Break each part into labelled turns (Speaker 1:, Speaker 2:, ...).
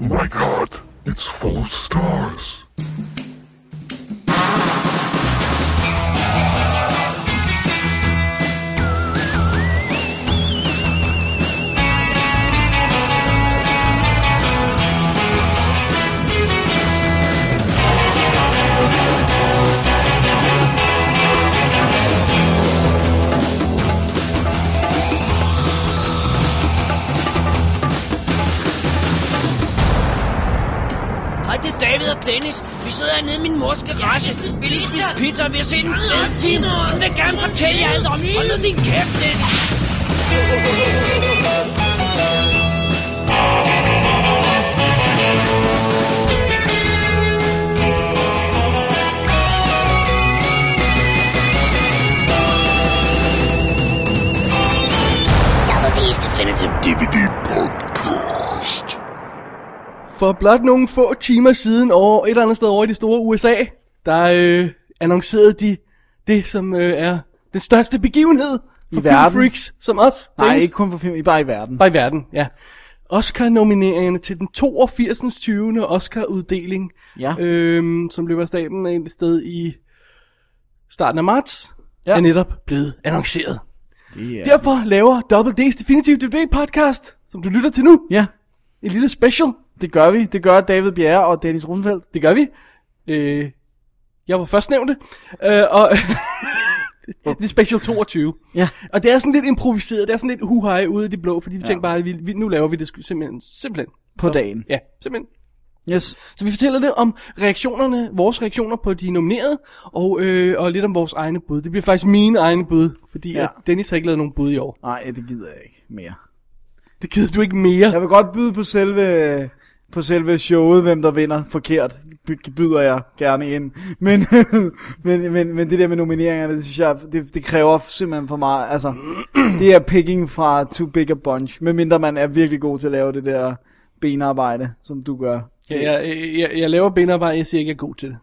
Speaker 1: My god, it's full of stars.
Speaker 2: Hej, det er David og Dennis. Vi sidder hernede i min mors garage. Vi lige spise pizza, og vi har set en fed film. Hun vil gerne fortælle jer alt om. Hold nu din kæft, Dennis. Double D's Definitive DVD Podcast.
Speaker 3: For blot nogle få timer siden over et eller andet sted over i det store USA, der øh, annoncerede de det, som øh, er den største begivenhed for
Speaker 4: I verden.
Speaker 3: filmfreaks som os.
Speaker 4: Nej,
Speaker 3: Dennis.
Speaker 4: ikke kun for film, I bare i verden.
Speaker 3: Bare i verden, ja. Oscar-nomineringerne til den 82. 20. Oscar-uddeling,
Speaker 4: Ja.
Speaker 3: øhm, som løber af staben et sted i starten af marts, ja.
Speaker 4: Ja.
Speaker 3: er netop blevet annonceret.
Speaker 4: Det er-
Speaker 3: Derfor laver Double D's Definitive Debate Podcast, som du lytter til nu,
Speaker 4: Ja,
Speaker 3: en lille special.
Speaker 4: det gør vi. Det gør David Bjerre og Dennis Rosenfeldt.
Speaker 3: Det gør vi. Øh, jeg var først nævnt øh, og det er Special 22.
Speaker 4: Ja.
Speaker 3: Og det er sådan lidt improviseret, det er sådan lidt huhej ude i det blå, fordi vi ja. tænkte bare, at vi, vi, nu laver vi det sgu simpelthen. simpelthen.
Speaker 4: På dagen.
Speaker 3: Ja, simpelthen.
Speaker 4: Yes.
Speaker 3: Så vi fortæller lidt om reaktionerne, vores reaktioner på de nominerede, og, øh, og lidt om vores egne bud. Det bliver faktisk mine egne bud, fordi ja.
Speaker 4: Ja.
Speaker 3: at Dennis har ikke lavet nogen bud i år.
Speaker 4: Nej, det gider jeg ikke mere.
Speaker 3: Det gider du ikke mere.
Speaker 4: Jeg vil godt byde på selve, på selve showet, hvem der vinder forkert, by- byder jeg gerne ind. Men, men, men, men det der med nomineringerne, det synes jeg, det, det kræver simpelthen for meget. Altså, det er picking fra Too Big a Bunch, medmindre man er virkelig god til at lave det der benarbejde, som du gør.
Speaker 3: Jeg, jeg, jeg, jeg laver benarbejde, jeg siger ikke, jeg er god til det.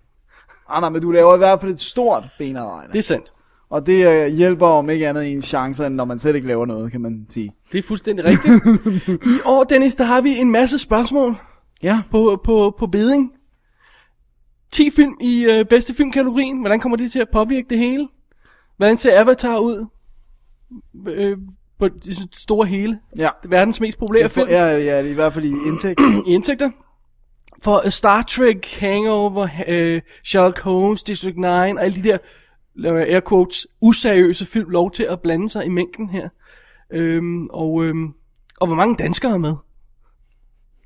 Speaker 4: Ah, nej, men du laver i hvert fald et stort benarbejde.
Speaker 3: Det er sandt.
Speaker 4: Og det øh, hjælper om ikke andet i en chance, end når man selv ikke laver noget, kan man sige.
Speaker 3: Det er fuldstændig rigtigt. I år, Dennis, der har vi en masse spørgsmål
Speaker 4: Ja.
Speaker 3: på, på, på beding. 10 film i øh, bedste filmkategorien. Hvordan kommer det til at påvirke det hele? Hvordan ser Avatar ud? Øh, på det store hele.
Speaker 4: Ja.
Speaker 3: Verdens mest populære film
Speaker 4: Ja, ja, i hvert fald i indtægt.
Speaker 3: i indtægter. For øh, Star Trek, Hangover, øh, Sherlock Holmes, District 9 og alle de der, laver jeg air quotes, useriøse film lov til at blande sig i mængden her. Øhm, og, øhm, og hvor mange danskere er med.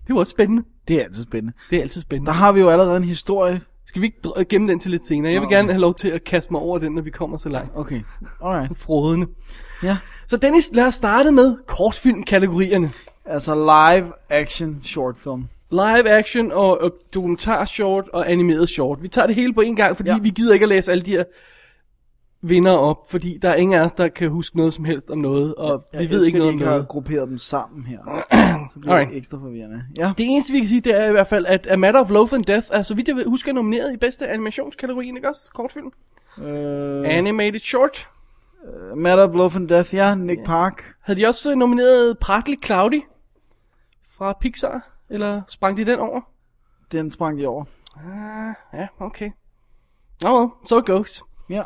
Speaker 3: Det var også spændende.
Speaker 4: Det er altid spændende.
Speaker 3: Det er altid spændende.
Speaker 4: Der har vi jo allerede en historie.
Speaker 3: Skal vi ikke dr- gemme den til lidt senere? Jeg vil
Speaker 4: Nå,
Speaker 3: gerne have lov til at kaste mig over den, når vi kommer så langt.
Speaker 4: Okay, alright.
Speaker 3: Frodende.
Speaker 4: Ja.
Speaker 3: Så Dennis, lad os starte med kortfilmkategorierne.
Speaker 4: Altså live action short film.
Speaker 3: Live action og, og dokumentar short og animeret short. Vi tager det hele på en gang, fordi ja.
Speaker 4: Ja.
Speaker 3: vi gider ikke at læse alle de her vinder op, fordi der er ingen af os, der kan huske noget som helst om noget, og ja, vi ved ikke noget om
Speaker 4: om har
Speaker 3: noget.
Speaker 4: grupperet dem sammen her. Så bliver
Speaker 3: Alright.
Speaker 4: det ekstra forvirrende. Ja.
Speaker 3: Det eneste, vi kan sige, det er i hvert fald, at A Matter of Love and Death er, så vidt jeg ved- husker, nomineret i bedste animationskategorien, ikke også? Kortfilm.
Speaker 4: Øh,
Speaker 3: Animated short.
Speaker 4: Matter of Love and Death, ja. Nick Park.
Speaker 3: Havde de også øh, nomineret Partly Cloudy fra Pixar? Eller sprang de den over? Ah,
Speaker 4: Den sprang de over.
Speaker 3: Ja, okay. Nå, well, so it goes.
Speaker 4: Ja.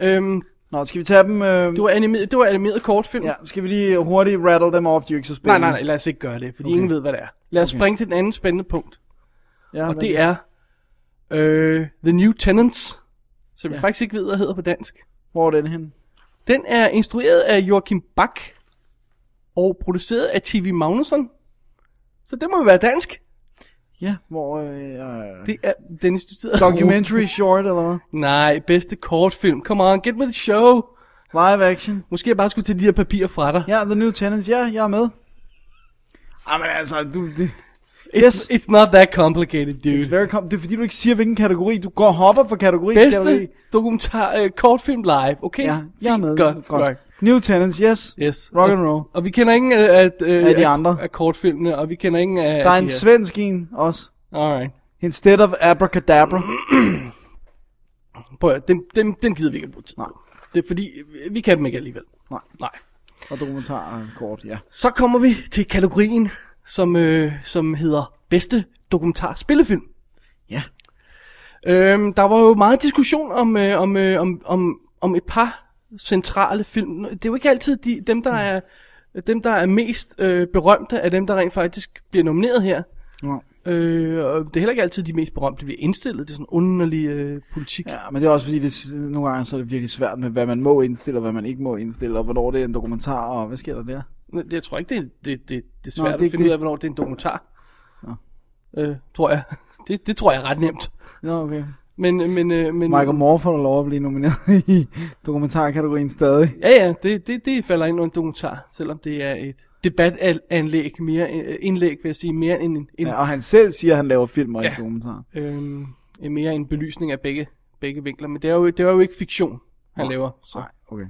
Speaker 3: Øhm,
Speaker 4: Nå, skal vi tage dem? Øh,
Speaker 3: det, var animeret, det var animeret kortfilm.
Speaker 4: Ja, skal vi lige hurtigt rattle dem off, de er jo ikke så
Speaker 3: Nej,
Speaker 4: spændende.
Speaker 3: nej, nej, lad os ikke gøre det, fordi okay. ingen ved, hvad det er. Lad os okay. springe til den anden spændende punkt,
Speaker 4: Ja,
Speaker 3: og
Speaker 4: men-
Speaker 3: det er øh, The New Tenants, som ja. jeg faktisk ikke ved, hvad hedder på dansk.
Speaker 4: Hvor er den hen?
Speaker 3: Den er instrueret af Joachim Bach og produceret af TV Magnusson. Så det må jo være dansk.
Speaker 4: Ja, hvor... Øh, øh,
Speaker 3: Det er Dennis, du sidder-
Speaker 4: Documentary short eller hvad?
Speaker 3: Nej, bedste kortfilm. Come on, get with the show.
Speaker 4: Live action.
Speaker 3: Måske jeg bare skulle tage de her papirer fra dig.
Speaker 4: Ja, The New Tenants. Ja, jeg er med.
Speaker 3: Mm.
Speaker 4: Ej, men altså, du, det,
Speaker 3: It's,
Speaker 4: Yes.
Speaker 3: it's not that complicated,
Speaker 4: it's
Speaker 3: dude.
Speaker 4: very com- det er fordi, du ikke siger, hvilken kategori. Du går og hopper fra kategori til kategori.
Speaker 3: Bedste dokumentar, uh, kortfilm live, okay?
Speaker 4: Ja, jeg er med.
Speaker 3: Godt, godt.
Speaker 4: New Tenants, yes.
Speaker 3: Yes.
Speaker 4: Rock and roll.
Speaker 3: Og vi kender ingen af, af,
Speaker 4: Af de andre.
Speaker 3: af kortfilmene, og vi kender ingen af...
Speaker 4: Der er
Speaker 3: af
Speaker 4: en
Speaker 3: de her.
Speaker 4: svensk en også.
Speaker 3: Alright.
Speaker 4: Instead of abracadabra.
Speaker 3: Prøv at, høre, dem, dem, dem gider vi ikke at bruge tid på.
Speaker 4: Nej.
Speaker 3: Det er fordi, øh, vi kan dem ikke alligevel.
Speaker 4: Nej.
Speaker 3: Nej.
Speaker 4: Og dokumentarer kort, ja.
Speaker 3: Så kommer vi til kategorien, som, øh, som hedder bedste dokumentar spillefilm.
Speaker 4: Ja.
Speaker 3: Øhm, der var jo meget diskussion om, øh, om, øh, om, om, om et par centrale film. Det er jo ikke altid de, dem, der
Speaker 4: Mm.
Speaker 3: er, dem, der er mest øh, berømte, er dem, der rent faktisk bliver nomineret her.
Speaker 4: Nå.
Speaker 3: Øh, og det er heller ikke altid de mest berømte, der bliver indstillet. Det er sådan en underlig øh, politik.
Speaker 4: Ja, men det er også fordi, det, s- nogle gange så er det virkelig svært med, hvad man må indstille, og hvad man ikke må indstille, og hvornår det er en dokumentar, og hvad sker der der?
Speaker 3: Nå, Jeg tror ikke, det er, det, det, det er
Speaker 4: Nå,
Speaker 3: svært
Speaker 4: det
Speaker 3: Nå,
Speaker 4: er
Speaker 3: det, at
Speaker 4: ikke
Speaker 3: finde ud
Speaker 4: det.
Speaker 3: af, hvornår det er en dokumentar. Øh, tror jeg. Det, det tror jeg er ret nemt.
Speaker 4: Nå, okay.
Speaker 3: Men, men, øh, men,
Speaker 4: Michael Moore får lov at blive nomineret i dokumentarkategorien stadig.
Speaker 3: Ja, ja, det, det, det falder ind under en dokumentar, selvom det er et debatanlæg, mere, øh, indlæg vil jeg sige, mere end en, en,
Speaker 4: Ja, og han selv siger, at han laver film og ja.
Speaker 3: Ja.
Speaker 4: ikke dokumentar.
Speaker 3: øhm, en, mere en belysning af begge, begge vinkler. Men det er, jo, det er jo ikke fiktion, han laver. Så.
Speaker 4: Nej, okay.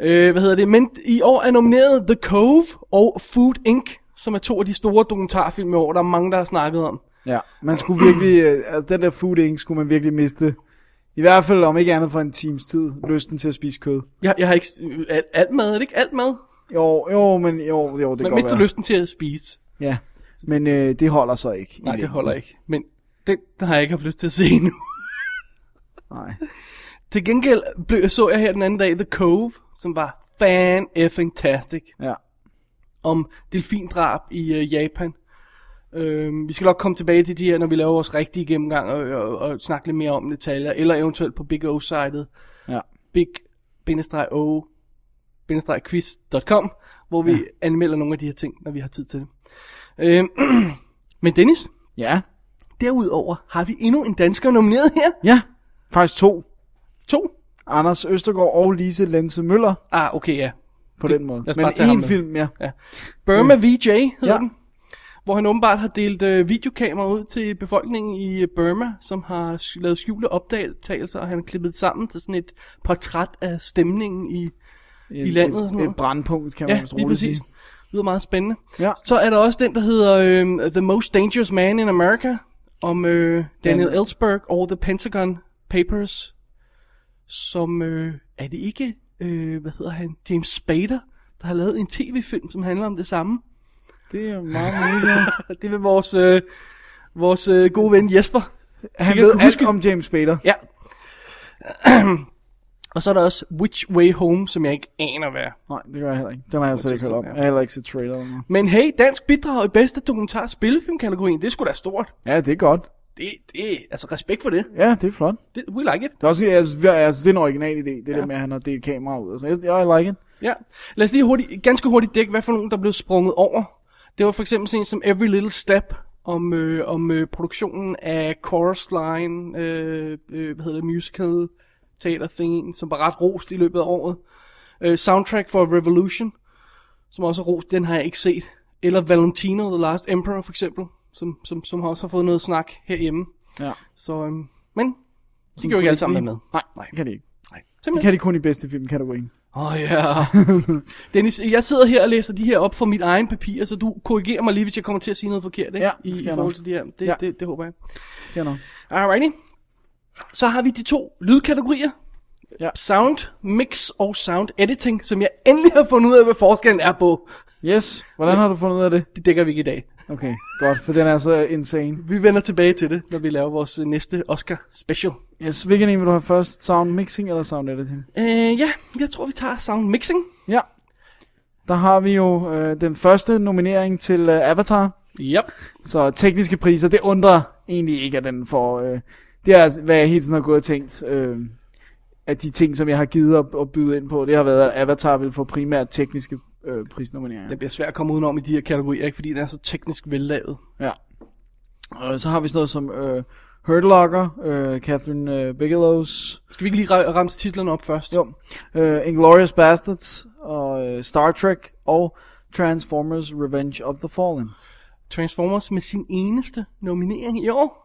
Speaker 3: Øh, hvad hedder det? Men i år er nomineret The Cove og Food Inc., som er to af de store dokumentarfilm i år, der er mange, der har snakket om.
Speaker 4: Ja, man skulle virkelig, øh, altså den der food ink skulle man virkelig miste. I hvert fald om ikke andet for en times tid, lysten til at spise kød.
Speaker 3: Jeg, jeg har ikke... øh, Alt, alt mad, er det ikke alt mad?
Speaker 4: Jo, jo, men jo, jo det
Speaker 3: Man
Speaker 4: kan godt
Speaker 3: mister
Speaker 4: være.
Speaker 3: lysten til at spise.
Speaker 4: Ja, men øh, det holder så ikke. i
Speaker 3: Nej, det
Speaker 4: længden.
Speaker 3: holder ikke. Men det, det har jeg ikke haft lyst til at se endnu.
Speaker 4: Nej.
Speaker 3: Til gengæld blev, så jeg her den anden dag The Cove, som var fan effing tastic
Speaker 4: Ja.
Speaker 3: om delfindrab i øh, Japan. Øhm, vi skal nok komme tilbage til de her, når vi laver vores rigtige gennemgang og, og, og snakke lidt mere om detaljer, eller eventuelt på Big O-sitet,
Speaker 4: Ja.
Speaker 3: big-o-quiz.com, hvor vi ja. anmelder nogle af de her ting, når vi har tid til det. Øhm, men Dennis,
Speaker 4: Ja.
Speaker 3: derudover har vi endnu en dansker nomineret her.
Speaker 4: Ja. Faktisk to.
Speaker 3: To.
Speaker 4: Anders Østergaard og Lise Lense Møller
Speaker 3: Ah, okay, ja.
Speaker 4: på det, den måde.
Speaker 3: lad os
Speaker 4: Men
Speaker 3: bare tage ham
Speaker 4: en
Speaker 3: med.
Speaker 4: film, ja.
Speaker 3: Ja. Burma VJ hedder Mm. ja.
Speaker 4: Ja.
Speaker 3: den. Hvor han åbenbart har delt øh, videokameraer ud til befolkningen i øh, Burma, som har sk- lavet skjulte opdagelser, og han har klippet det sammen til sådan et portræt af stemningen i...
Speaker 4: En,
Speaker 3: I landet og
Speaker 4: et,
Speaker 3: sådan noget.
Speaker 4: et brandpunkt, kan man
Speaker 3: Ja,
Speaker 4: vist
Speaker 3: lige
Speaker 4: roligt sige.
Speaker 3: præcis. Det lyder meget spændende.
Speaker 4: Ja.
Speaker 3: Så er der også den, der hedder øh, The Most Dangerous Man in America, om øh, Daniel
Speaker 4: Den-
Speaker 3: Ellsberg og The Pentagon Papers, som... Øh, er det ikke, øh, hvad hedder han, James Spader, der har lavet en tv-film, som handler om det samme?
Speaker 4: Det er meget muligt, ja.
Speaker 3: Det vil vores, øh, vores øh, gode ven Jesper.
Speaker 4: Han
Speaker 3: kan
Speaker 4: ved
Speaker 3: kunne
Speaker 4: alt
Speaker 3: huske-
Speaker 4: om James Spader.
Speaker 3: Ja. og så er der også Which Way Home, som jeg ikke aner hvad er.
Speaker 4: Nej, det gør jeg heller ikke. Den har jeg slet ikke hørt om.
Speaker 3: ja.
Speaker 4: Jeg har heller ikke set traileren.
Speaker 3: Men hey, dansk bidrag i bedste dokumentar spillefilmkategorien, det er sgu da stort.
Speaker 4: Ja, det er godt.
Speaker 3: Det, det, altså respekt for det.
Speaker 4: Ja, det er flot.
Speaker 3: det we like it.
Speaker 4: Det er også, altså, vi- altså, det er en original idé, det ja. der med, at han har delt kamera ud. og sådan. Jeg, jeg like it.
Speaker 3: Ja. Lad os lige hurtigt, ganske hurtigt dække, hvad for nogen, der blev sprunget over. Det var for eksempel sådan en som Every Little Step, om, øh, om øh, produktionen af Chorus Line, øh, øh, hvad hedder det, musical teater thing, som var ret rost i løbet af året. Øh, soundtrack for Revolution, som også er rost, den har jeg ikke set. Eller Valentino, The Last Emperor for eksempel, som, som, som også har fået noget snak herhjemme.
Speaker 4: Ja.
Speaker 3: Så, øhm, men de gjorde ikke alle sammen med.
Speaker 4: Nej, nej, det kan de ikke.
Speaker 3: Nej.
Speaker 4: Det
Speaker 3: Simpelthen.
Speaker 4: kan de kun i bedste filmkategorien.
Speaker 3: Åh oh, ja. Yeah. Dennis, jeg sidder her og læser de her op fra mit egen papir, så du korrigerer mig lige, hvis jeg kommer til at sige noget forkert, ikke?
Speaker 4: Ja,
Speaker 3: I,
Speaker 4: det skal
Speaker 3: i
Speaker 4: jeg
Speaker 3: forhold
Speaker 4: nok.
Speaker 3: til de her. Det, ja.
Speaker 4: Ja.
Speaker 3: det, det håber jeg.
Speaker 4: Skal jeg nok.
Speaker 3: Alrighty. Så har vi de to lydkategorier.
Speaker 4: Ja.
Speaker 3: Sound mix og sound editing, som jeg endelig har fundet ud af, hvad forskellen er på.
Speaker 4: Yes, hvordan har du fundet ud af det?
Speaker 3: Det dækker vi ikke i dag.
Speaker 4: Okay, godt, for den er så insane.
Speaker 3: Vi vender tilbage til det, når vi laver vores øh, næste Oscar special.
Speaker 4: Yes, hvilken en vil du have først? Sound mixing eller sound editing?
Speaker 3: Øh, ja, jeg tror, vi tager sound mixing.
Speaker 4: Ja. Der har vi jo øh, den første nominering til øh, Avatar.
Speaker 3: Yep.
Speaker 4: Så tekniske priser, det undrer egentlig ikke, at den får... Øh, det er, altså, hvad jeg hele tiden har gået og tænkt, øh, at de ting, som jeg har givet at, at byde ind på, det har været, at Avatar vil få primært tekniske øh, prisnomineringer.
Speaker 3: Det bliver svært at komme udenom i de her kategorier, ikke? fordi den er så teknisk vellavet.
Speaker 4: Ja. Og så har vi sådan noget som øh, Hurt Locker, øh, Catherine øh, Bigelow's...
Speaker 3: Skal vi ikke lige ra- ramse titlerne op først?
Speaker 4: Jo. Øh, Inglourious Bastards og øh, Star Trek og Transformers Revenge of the Fallen.
Speaker 3: Transformers med sin eneste nominering i år.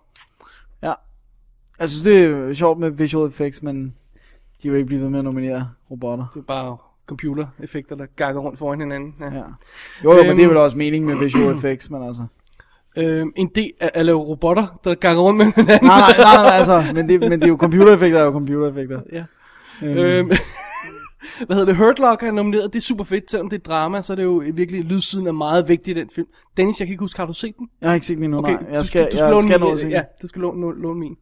Speaker 4: Ja. Jeg synes, det er sjovt med visual effects, men de vil ikke blive ved med at nominere robotter.
Speaker 3: Det er bare computereffekter, der gakker rundt foran hinanden. Ja. Ja.
Speaker 4: Ja. Jo, jo,
Speaker 3: Øhm.
Speaker 4: men det er vel også meningen med visual effects, men altså...
Speaker 3: Øhm, en del er at lave robotter, der gakker rundt med hinanden.
Speaker 4: Nej, nej, nej, nej altså, men det, men det er jo computereffekter, er jo computereffekter.
Speaker 3: Ja.
Speaker 4: Øhm,
Speaker 3: Øhm, Hvad hedder det? Hurt Locker er nomineret, det er super fedt, selvom det er drama, så er det jo virkelig, lydsiden er meget vigtig i den film. Dennis, jeg kan ikke huske, har du set den?
Speaker 4: Jeg har ikke set den endnu, okay, nej. Jeg
Speaker 3: du
Speaker 4: skal,
Speaker 3: du
Speaker 4: jeg
Speaker 3: låne
Speaker 4: skal nå
Speaker 3: min,
Speaker 4: at se den.
Speaker 3: Ja, du skal låne, låne min.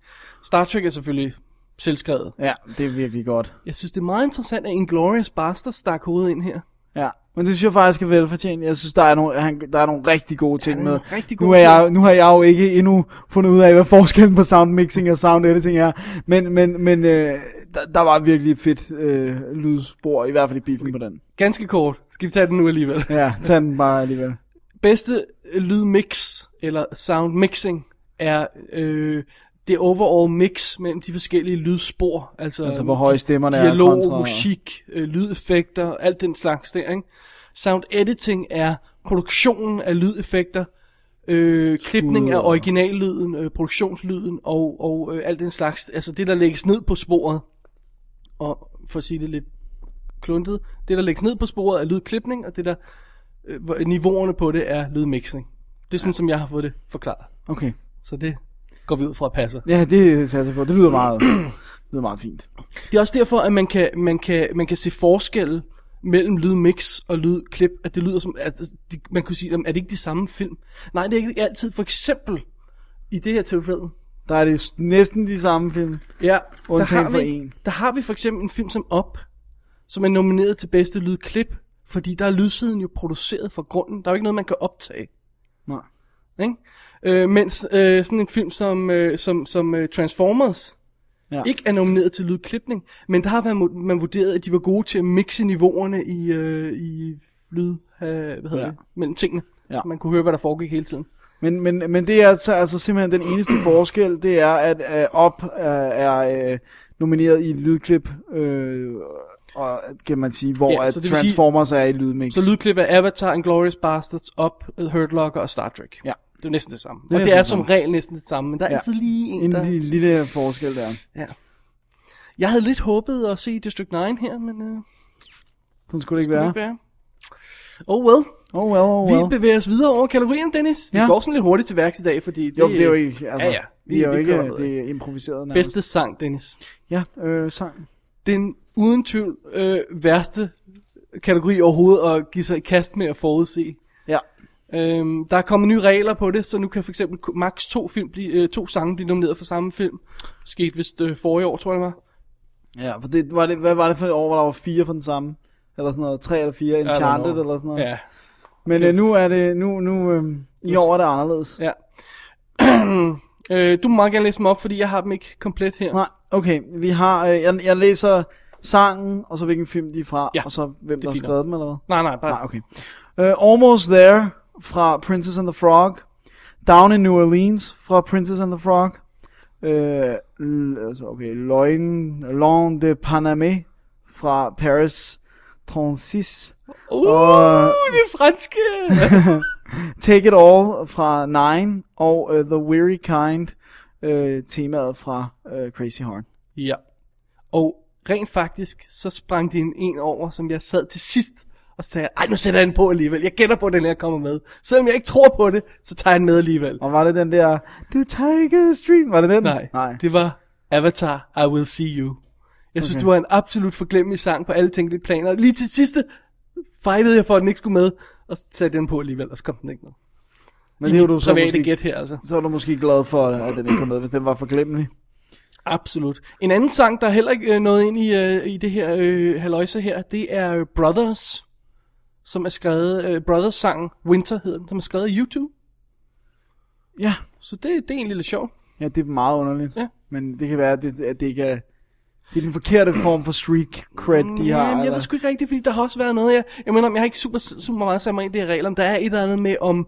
Speaker 3: Star Trek er selvfølgelig selvskrevet.
Speaker 4: ja, det er virkelig godt.
Speaker 3: Jeg synes, det er meget interessant, at Inglourious Basterds stak hovedet ind her.
Speaker 4: Ja, men det synes jeg faktisk er velfortjent. Jeg synes, der er nogle, han, der er nogle rigtig gode ting
Speaker 3: der
Speaker 4: ja,
Speaker 3: er
Speaker 4: med.
Speaker 3: nogle rigtig
Speaker 4: nu,
Speaker 3: gode
Speaker 4: er jeg, nu har jeg jo ikke endnu fundet ud af, hvad forskellen på sound mixing og sound editing er. Men, men, men øh, der, der var virkelig et fedt øh, lydspor, i hvert fald i biffen på den.
Speaker 3: Ganske kort. Skal vi tage den nu alligevel?
Speaker 4: Ja, tag den bare alligevel.
Speaker 3: bedste øh, lydmix, eller sound mixing, er øh, det overall mix mellem de forskellige lydspor. Altså,
Speaker 4: Altså, hvor høje stemmerne er
Speaker 3: dialog,
Speaker 4: kontra-
Speaker 3: musik, øh, lydeffekter, alt den slags der, ikke? Sound editing er produktionen af lydeffekter, øh, klipning af
Speaker 4: og-
Speaker 3: originallyden, øh, produktionslyden og, og øh, alt den slags. Altså det, der lægges ned på sporet, og for at sige det lidt kluntet, det, der lægges ned på sporet, er lydklipning, og det, der øh, hvor- niveauerne på det, er lydmixing. Det er sådan, som jeg har fået det forklaret.
Speaker 4: Okay.
Speaker 3: Så det går vi ud fra at passer.
Speaker 4: Ja, det satte jeg på. Det lyder meget, det lyder meget fint.
Speaker 3: Det er også derfor, at man kan, man kan, man kan se forskel mellem lydmix og lydklip, at det lyder som, altså, de, man kunne sige, "Jamen, er det ikke de samme film? Nej, det er ikke altid. For eksempel, i det her tilfælde,
Speaker 4: Der er det s- næsten de samme film.
Speaker 3: ja,
Speaker 4: Undtagen
Speaker 3: der, har
Speaker 4: for
Speaker 3: vi,
Speaker 4: en.
Speaker 3: der har vi for eksempel en film som Op, som er nomineret til bedste lydklip, fordi der er lydsiden jo produceret fra grunden. Der er jo ikke noget, man kan optage.
Speaker 4: Nej.
Speaker 3: Ikke? Øh, mens øh, sådan en film som, øh, som, som øh, Transformers
Speaker 4: Ja.
Speaker 3: ja. ikke er nomineret til lydklipning, men der har været, mu- man vurderet, at de var gode til at mixe niveauerne i, øh, i lyd, øh, hvad hedder
Speaker 4: Ja.
Speaker 3: ja. det, mellem tingene,
Speaker 4: Ja.
Speaker 3: ja. så man kunne høre, hvad der foregik hele tiden.
Speaker 4: Men, men, men det er altså, altså simpelthen den eneste forskel, det er, at øh, Op øh, er øh, nomineret i et lydklip, øh, og, kan man sige, hvor
Speaker 3: Ja,
Speaker 4: ja, at
Speaker 3: så det vil
Speaker 4: Transformers sige, er i lydmix.
Speaker 3: Så lydklip af Avatar, Inglourious Bastards, Up, Hurt Locker og Star Trek.
Speaker 4: Ja.
Speaker 3: Det er jo næsten det samme.
Speaker 4: er
Speaker 3: Det og det
Speaker 4: næsten
Speaker 3: er
Speaker 4: det
Speaker 3: som
Speaker 4: samme.
Speaker 3: regel næsten det samme, men der er
Speaker 4: Ja.
Speaker 3: ja. altid lige en,
Speaker 4: En
Speaker 3: der...
Speaker 4: lille, lille forskel der.
Speaker 3: Ja. Jeg havde lidt håbet at se District 9 her, men øh,
Speaker 4: Sådan skulle det ikke
Speaker 3: det
Speaker 4: være.
Speaker 3: ikke være. Oh well.
Speaker 4: Oh well, oh
Speaker 3: Vi
Speaker 4: well.
Speaker 3: bevæger os videre over kategorien, Dennis. Vi
Speaker 4: Ja.
Speaker 3: ja. går sådan lidt hurtigt til værks i dag, fordi det,
Speaker 4: Jo, men det er jo ikke, altså,
Speaker 3: Ja, ja.
Speaker 4: Vi,
Speaker 3: Vi-
Speaker 4: er jo
Speaker 3: vi
Speaker 4: ikke,
Speaker 3: kører derudad.
Speaker 4: det er improviseret nærmest.
Speaker 3: bedste sang, Dennis.
Speaker 4: Ja, øh, sang.
Speaker 3: Den uden tvivl øh, værste kategori overhovedet at give sig i kast med at forudse.
Speaker 4: Ja,
Speaker 3: Øhm, der er kommet nye regler på det, så nu kan for eksempel ku- maks to, film blive, øh, to sange blive nomineret for samme film. Skete vist øh, forrige år, tror jeg det var.
Speaker 4: ja for det, var det, hvad var det for et år, hvor der var fire for den samme? Eller sådan noget, tre eller fire, Enchanted eller sådan noget.
Speaker 3: Ja,
Speaker 4: Men øh, nu er det, nu, nu, øh, i år er det anderledes.
Speaker 3: ja. øh, du må meget gerne læse dem op, fordi jeg har dem ikke komplet her.
Speaker 4: Nej, okay. Vi har, øh, jeg, jeg læser sangen, og så hvilken film de er fra,
Speaker 3: Ja,
Speaker 4: og så hvem der har
Speaker 3: fint nok.
Speaker 4: skrevet dem, eller hvad?
Speaker 3: nej, nej bare...
Speaker 4: Nej, okay. Uh, Almost There fra Princess and the Frog. Down in New Orleans fra Princess and the Frog. Uh, l- altså, okay, Loin, Long de Paname fra Paris 36.
Speaker 3: Uh,
Speaker 4: Og-
Speaker 3: det er franske!
Speaker 4: Take It All fra Nine, og uh, The Weary Kind, uh, temaet fra uh, Crazy Horn.
Speaker 3: Ja. Og rent faktisk, så sprang de en, en over, som jeg sad til sidst og sagde, ej, nu sætter jeg den på alligevel. Jeg gætter på, at den her kommer med. Selvom jeg ikke tror på det, så tager jeg den med alligevel.
Speaker 4: Og var det den der, du tager stream, var det den?
Speaker 3: Nej,
Speaker 4: Nej.
Speaker 3: det var Avatar, I Will See You. Jeg synes,
Speaker 4: Okay.
Speaker 3: okay. det var en absolut forglemmelig sang på alle tænkelige planer. Lige til sidste fejlede jeg for, at den ikke skulle med, og så satte jeg den på alligevel, og så kom den ikke med.
Speaker 4: Men det er jo du så
Speaker 3: Private
Speaker 4: måske,
Speaker 3: gæt her, altså.
Speaker 4: så er du måske glad for, at den ikke kom med, hvis den var forglemmelig.
Speaker 3: Absolut. En anden sang, der heller ikke øh, nåede ind i, øh, i det her øh, haløjse her, det er øh, Brothers, som er skrevet, øh, Brothers sang Winter hedder den, som er skrevet af YouTube.
Speaker 4: Ja.
Speaker 3: Så det, det er egentlig lidt sjovt.
Speaker 4: Ja, det er meget underligt.
Speaker 3: Ja.
Speaker 4: Men det kan være, at det, at det ikke er... Det er den forkerte form for street cred, de
Speaker 3: ja,
Speaker 4: har.
Speaker 3: men jeg
Speaker 4: eller-
Speaker 3: ved sgu ikke rigtigt, fordi der har også været noget, jeg, jeg mener om, jeg har ikke super, super meget sat mig ind i det her regler, men der er et eller andet med om,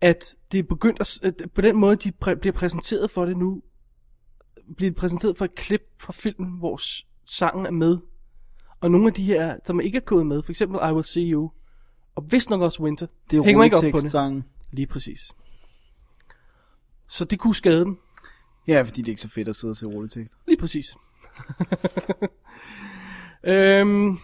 Speaker 3: at det er begyndt at, s- at på den måde, de præ, bliver præsenteret for det nu, bliver præsenteret for et klip fra filmen, hvor s- sangen er med, og nogle af de her, som ikke er gået med, for eksempel I Will See You, og vist nok også Winter,
Speaker 4: det er
Speaker 3: hænger mig ikke op på det.
Speaker 4: rulletekstsange.
Speaker 3: Lige præcis. Så det kunne skade dem.
Speaker 4: Ja, fordi det er ikke så fedt at sidde og se rulletekst.
Speaker 3: Lige præcis. øhm,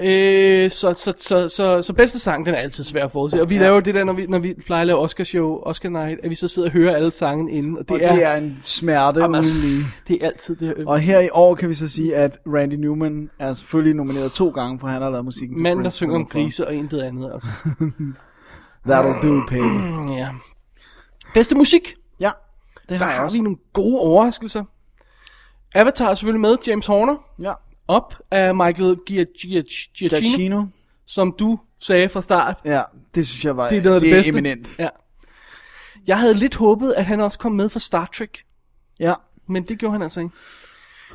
Speaker 3: Øh, så, så, så, så, så bedste sang, den er altid svær at forudse. Og vi ja. laver det der, når vi, når vi plejer at lave Oscar-show, Oscar Night, at vi så sidder og hører alle sangen inden. Og det,
Speaker 4: Og det er en smerte
Speaker 3: Jamen, altså,
Speaker 4: uden lige.
Speaker 3: det er altid det. Øh,
Speaker 4: Og her i år kan vi så sige, at Randy Newman er selvfølgelig nomineret to gange, for han har lavet musikken til
Speaker 3: manden, der
Speaker 4: Prince,
Speaker 3: synger om
Speaker 4: for
Speaker 3: grise og intet andet. Altså. Mm,
Speaker 4: That'll do, pig.
Speaker 3: Ja. Bedste musik.
Speaker 4: Ja, det
Speaker 3: Der
Speaker 4: har jeg
Speaker 3: har vi
Speaker 4: også.
Speaker 3: nogle gode overraskelser. Avatar er selvfølgelig med James Horner.
Speaker 4: Ja.
Speaker 3: Op af Michael Giac- Giac- Giacchino,
Speaker 4: Giacchino.
Speaker 3: som du sagde fra start.
Speaker 4: Ja, det synes jeg var
Speaker 3: Det er noget af det, bedste.
Speaker 4: eminent.
Speaker 3: Ja. Jeg havde lidt håbet, at han også kom med fra Star Trek.
Speaker 4: Ja.
Speaker 3: Men det gjorde han altså ikke.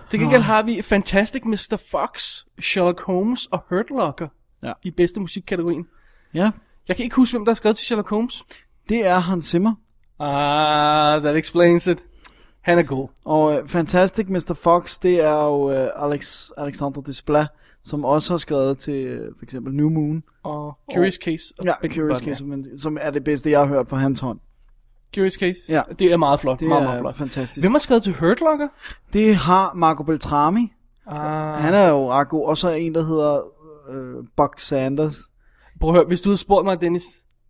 Speaker 3: Til gengæld har vi Fantastic Mr. Fox, Sherlock Holmes og Hurt Locker
Speaker 4: Ja.
Speaker 3: i bedste musikkategorien.
Speaker 4: ja,
Speaker 3: Jeg kan ikke huske, hvem der har skrevet til Sherlock Holmes.
Speaker 4: det er Hans Zimmer.
Speaker 3: Ah, that explains it. Han er god.
Speaker 4: Og øh, Fantastic Mr. Fox, det er jo øh, Alex, Alexander Desplat, som også har skrevet til øh, for eksempel New Moon.
Speaker 3: Og Curious Case. Og
Speaker 4: Ja,
Speaker 3: Benjamin
Speaker 4: Curious
Speaker 3: Button.
Speaker 4: Case, som, som er det bedste, jeg har hørt fra hans hånd.
Speaker 3: Curious Case.
Speaker 4: Ja.
Speaker 3: Det er meget flot.
Speaker 4: Det
Speaker 3: meget,
Speaker 4: er
Speaker 3: meget flot.
Speaker 4: fantastisk.
Speaker 3: Hvem har skrevet til Hurt Locker?
Speaker 4: Det har Marco Beltrami.
Speaker 3: Ah,
Speaker 4: Han er jo ret god. Og så er en, der hedder øh, Buck Sanders.
Speaker 3: prøv at høre, hvis du havde spurgt mig, Dennis,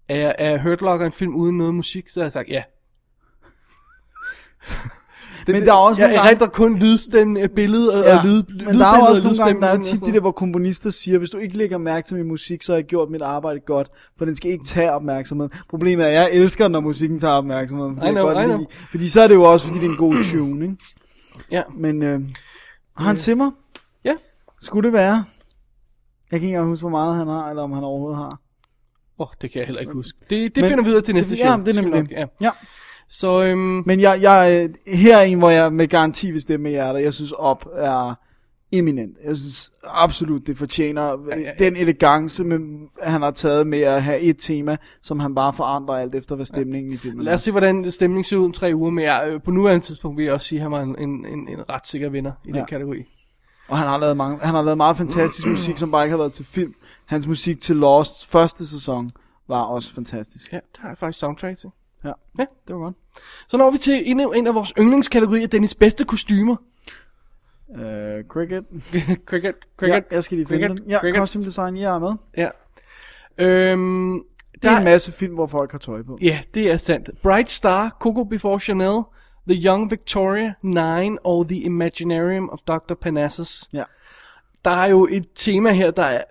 Speaker 3: er, er Hurt Locker en film uden noget musik, så havde jeg sagt ja.
Speaker 4: Men der er også
Speaker 3: jeg
Speaker 4: nogle
Speaker 3: Jeg
Speaker 4: gange-
Speaker 3: erindrer kun lydstemmen, øh, billedet ja, og lyd,
Speaker 4: men der er jo
Speaker 3: lydbilledet og
Speaker 4: også nogle gange, der er
Speaker 3: lydstemningen og
Speaker 4: tit
Speaker 3: sådan
Speaker 4: det der, hvor komponister siger, hvis du ikke lægger mærke til min musik, så har jeg gjort mit arbejde godt, for den skal ikke tage opmærksomhed. Problemet er, at jeg elsker, når musikken tager opmærksomhed. Fordi,
Speaker 3: I know,
Speaker 4: jeg
Speaker 3: I
Speaker 4: godt
Speaker 3: know.
Speaker 4: lide, fordi så er det jo også, fordi det er en god tune, ikke?
Speaker 3: Ja.
Speaker 4: Men øh, han simmer,
Speaker 3: Ja,
Speaker 4: skulle det være? Jeg kan ikke engang huske, hvor meget han har, eller om han overhovedet har.
Speaker 3: åh, oh, det kan jeg heller ikke huske. Det, det
Speaker 4: Men-
Speaker 3: finder vi ud af til næste show.
Speaker 4: Ja, men det er
Speaker 3: Skal
Speaker 4: nemlig
Speaker 3: nok-
Speaker 4: det.
Speaker 3: Ja.
Speaker 4: Ja.
Speaker 3: Så øhm,
Speaker 4: Men jeg, jeg, øh, her er en, hvor jeg med garanti vil stemme med hjertet. Jeg synes, op er eminent. Jeg synes absolut, det fortjener ja, ja,
Speaker 3: ja,
Speaker 4: ja. den elegance, med, han har taget med at have et tema, som han bare forandrer alt efter, hvad stemningen ja. i filmen
Speaker 3: lad
Speaker 4: er.
Speaker 3: os se, hvordan stemningen ser ud om tre uger, men jeg, øh, på nuværende tidspunkt vil jeg også sige, at han var en, en, en, en ret sikker vinder i ja.
Speaker 4: Ja.
Speaker 3: den kategori.
Speaker 4: Og han har, lavet mange, han har lavet meget fantastisk musik, som bare ikke har været til film. Hans musik til Lost første sæson var også fantastisk.
Speaker 3: Ja, der har jeg faktisk soundtrack til.
Speaker 4: Ja,
Speaker 3: Ja.
Speaker 4: det var godt.
Speaker 3: Så når vi til endnu en af vores yndlingskategorier, Dennis bedste kostymer.
Speaker 4: Uh, cricket.
Speaker 3: cricket,
Speaker 4: Ja,
Speaker 3: cricket.
Speaker 4: jeg skal lige finde
Speaker 3: cricket,
Speaker 4: den. Ja,
Speaker 3: cricket.
Speaker 4: costume design, jeg er med.
Speaker 3: Ja. Øhm,
Speaker 4: Det er en
Speaker 3: der-
Speaker 4: masse film, hvor folk har tøj på.
Speaker 3: Ja, det er sandt. Bright Star, Coco Before Chanel, The Young Victoria, Nine og The Imaginarium of Dr. Parnassus.
Speaker 4: Ja.
Speaker 3: Der er jo et tema her, der er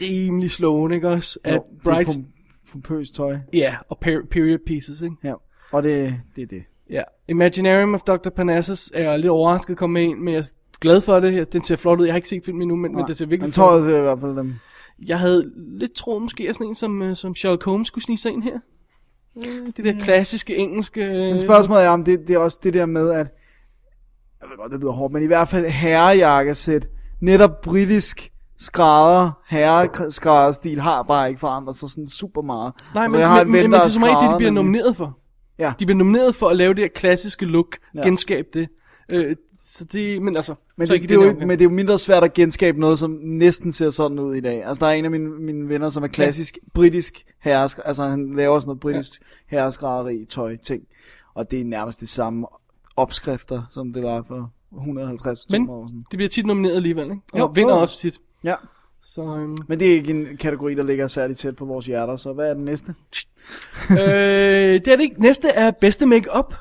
Speaker 3: rimelig slående, ikke også? At
Speaker 4: Jo,
Speaker 3: Bright...
Speaker 4: det er pom- pompøst tøj.
Speaker 3: Ja, og per- period pieces, ikke?
Speaker 4: Ja, og det, det er det.
Speaker 3: Ja. Imaginarium of Dr. Parnassus er jeg lidt overrasket at komme med ind, men jeg er glad for det. Den ser flot ud. Jeg har ikke set filmen endnu, men, men det ser virkelig
Speaker 4: Men
Speaker 3: flot ud.
Speaker 4: tøjet er i hvert fald dem.
Speaker 3: Jeg havde lidt troet måske, at sådan en som, øh, som Sherlock Holmes skulle snige sig ind her. Øh, Det der klassiske engelske... øh,
Speaker 4: Men spørgsmålet er, om det, det er også det der med, at... Jeg ved godt, det lyder hårdt, men i hvert fald herrejakkesæt. Netop britisk skrædder, herreskrædderstil har bare ikke forandret sig sådan super meget.
Speaker 3: Nej,
Speaker 4: Altså,
Speaker 3: men,
Speaker 4: jeg har en
Speaker 3: men, men,
Speaker 4: ven,
Speaker 3: men
Speaker 4: der
Speaker 3: det er som regel det, de
Speaker 4: skrædder,
Speaker 3: bliver
Speaker 4: nemlig.
Speaker 3: nomineret for.
Speaker 4: Ja.
Speaker 3: De bliver nomineret for at lave det her klassiske look,
Speaker 4: Ja.
Speaker 3: ja. genskabe det. Øh, så det, men altså...
Speaker 4: Men
Speaker 3: så
Speaker 4: det,
Speaker 3: ikke i
Speaker 4: det, er jo,
Speaker 3: den her
Speaker 4: ikke- men
Speaker 3: omgang.
Speaker 4: det er jo mindre svært at genskabe noget, som næsten ser sådan ud i dag. Altså, der er en af mine, mine venner, som er klassisk ja. britisk herresk, altså han laver sådan noget britisk ja. herreskrædderi tøj ting. Og det er nærmest de samme opskrifter, som det var for 150
Speaker 3: men
Speaker 4: år siden.
Speaker 3: det bliver tit nomineret alligevel, ikke? Og
Speaker 4: Jo,
Speaker 3: jo, vinder
Speaker 4: jo.
Speaker 3: også tit.
Speaker 4: Ja,
Speaker 3: Så, øhm,
Speaker 4: men det er ikke en kategori, der ligger særligt tæt på vores hjerter, så hvad er den næste?
Speaker 3: øh, det er det ikke. Næste er bedste makeup.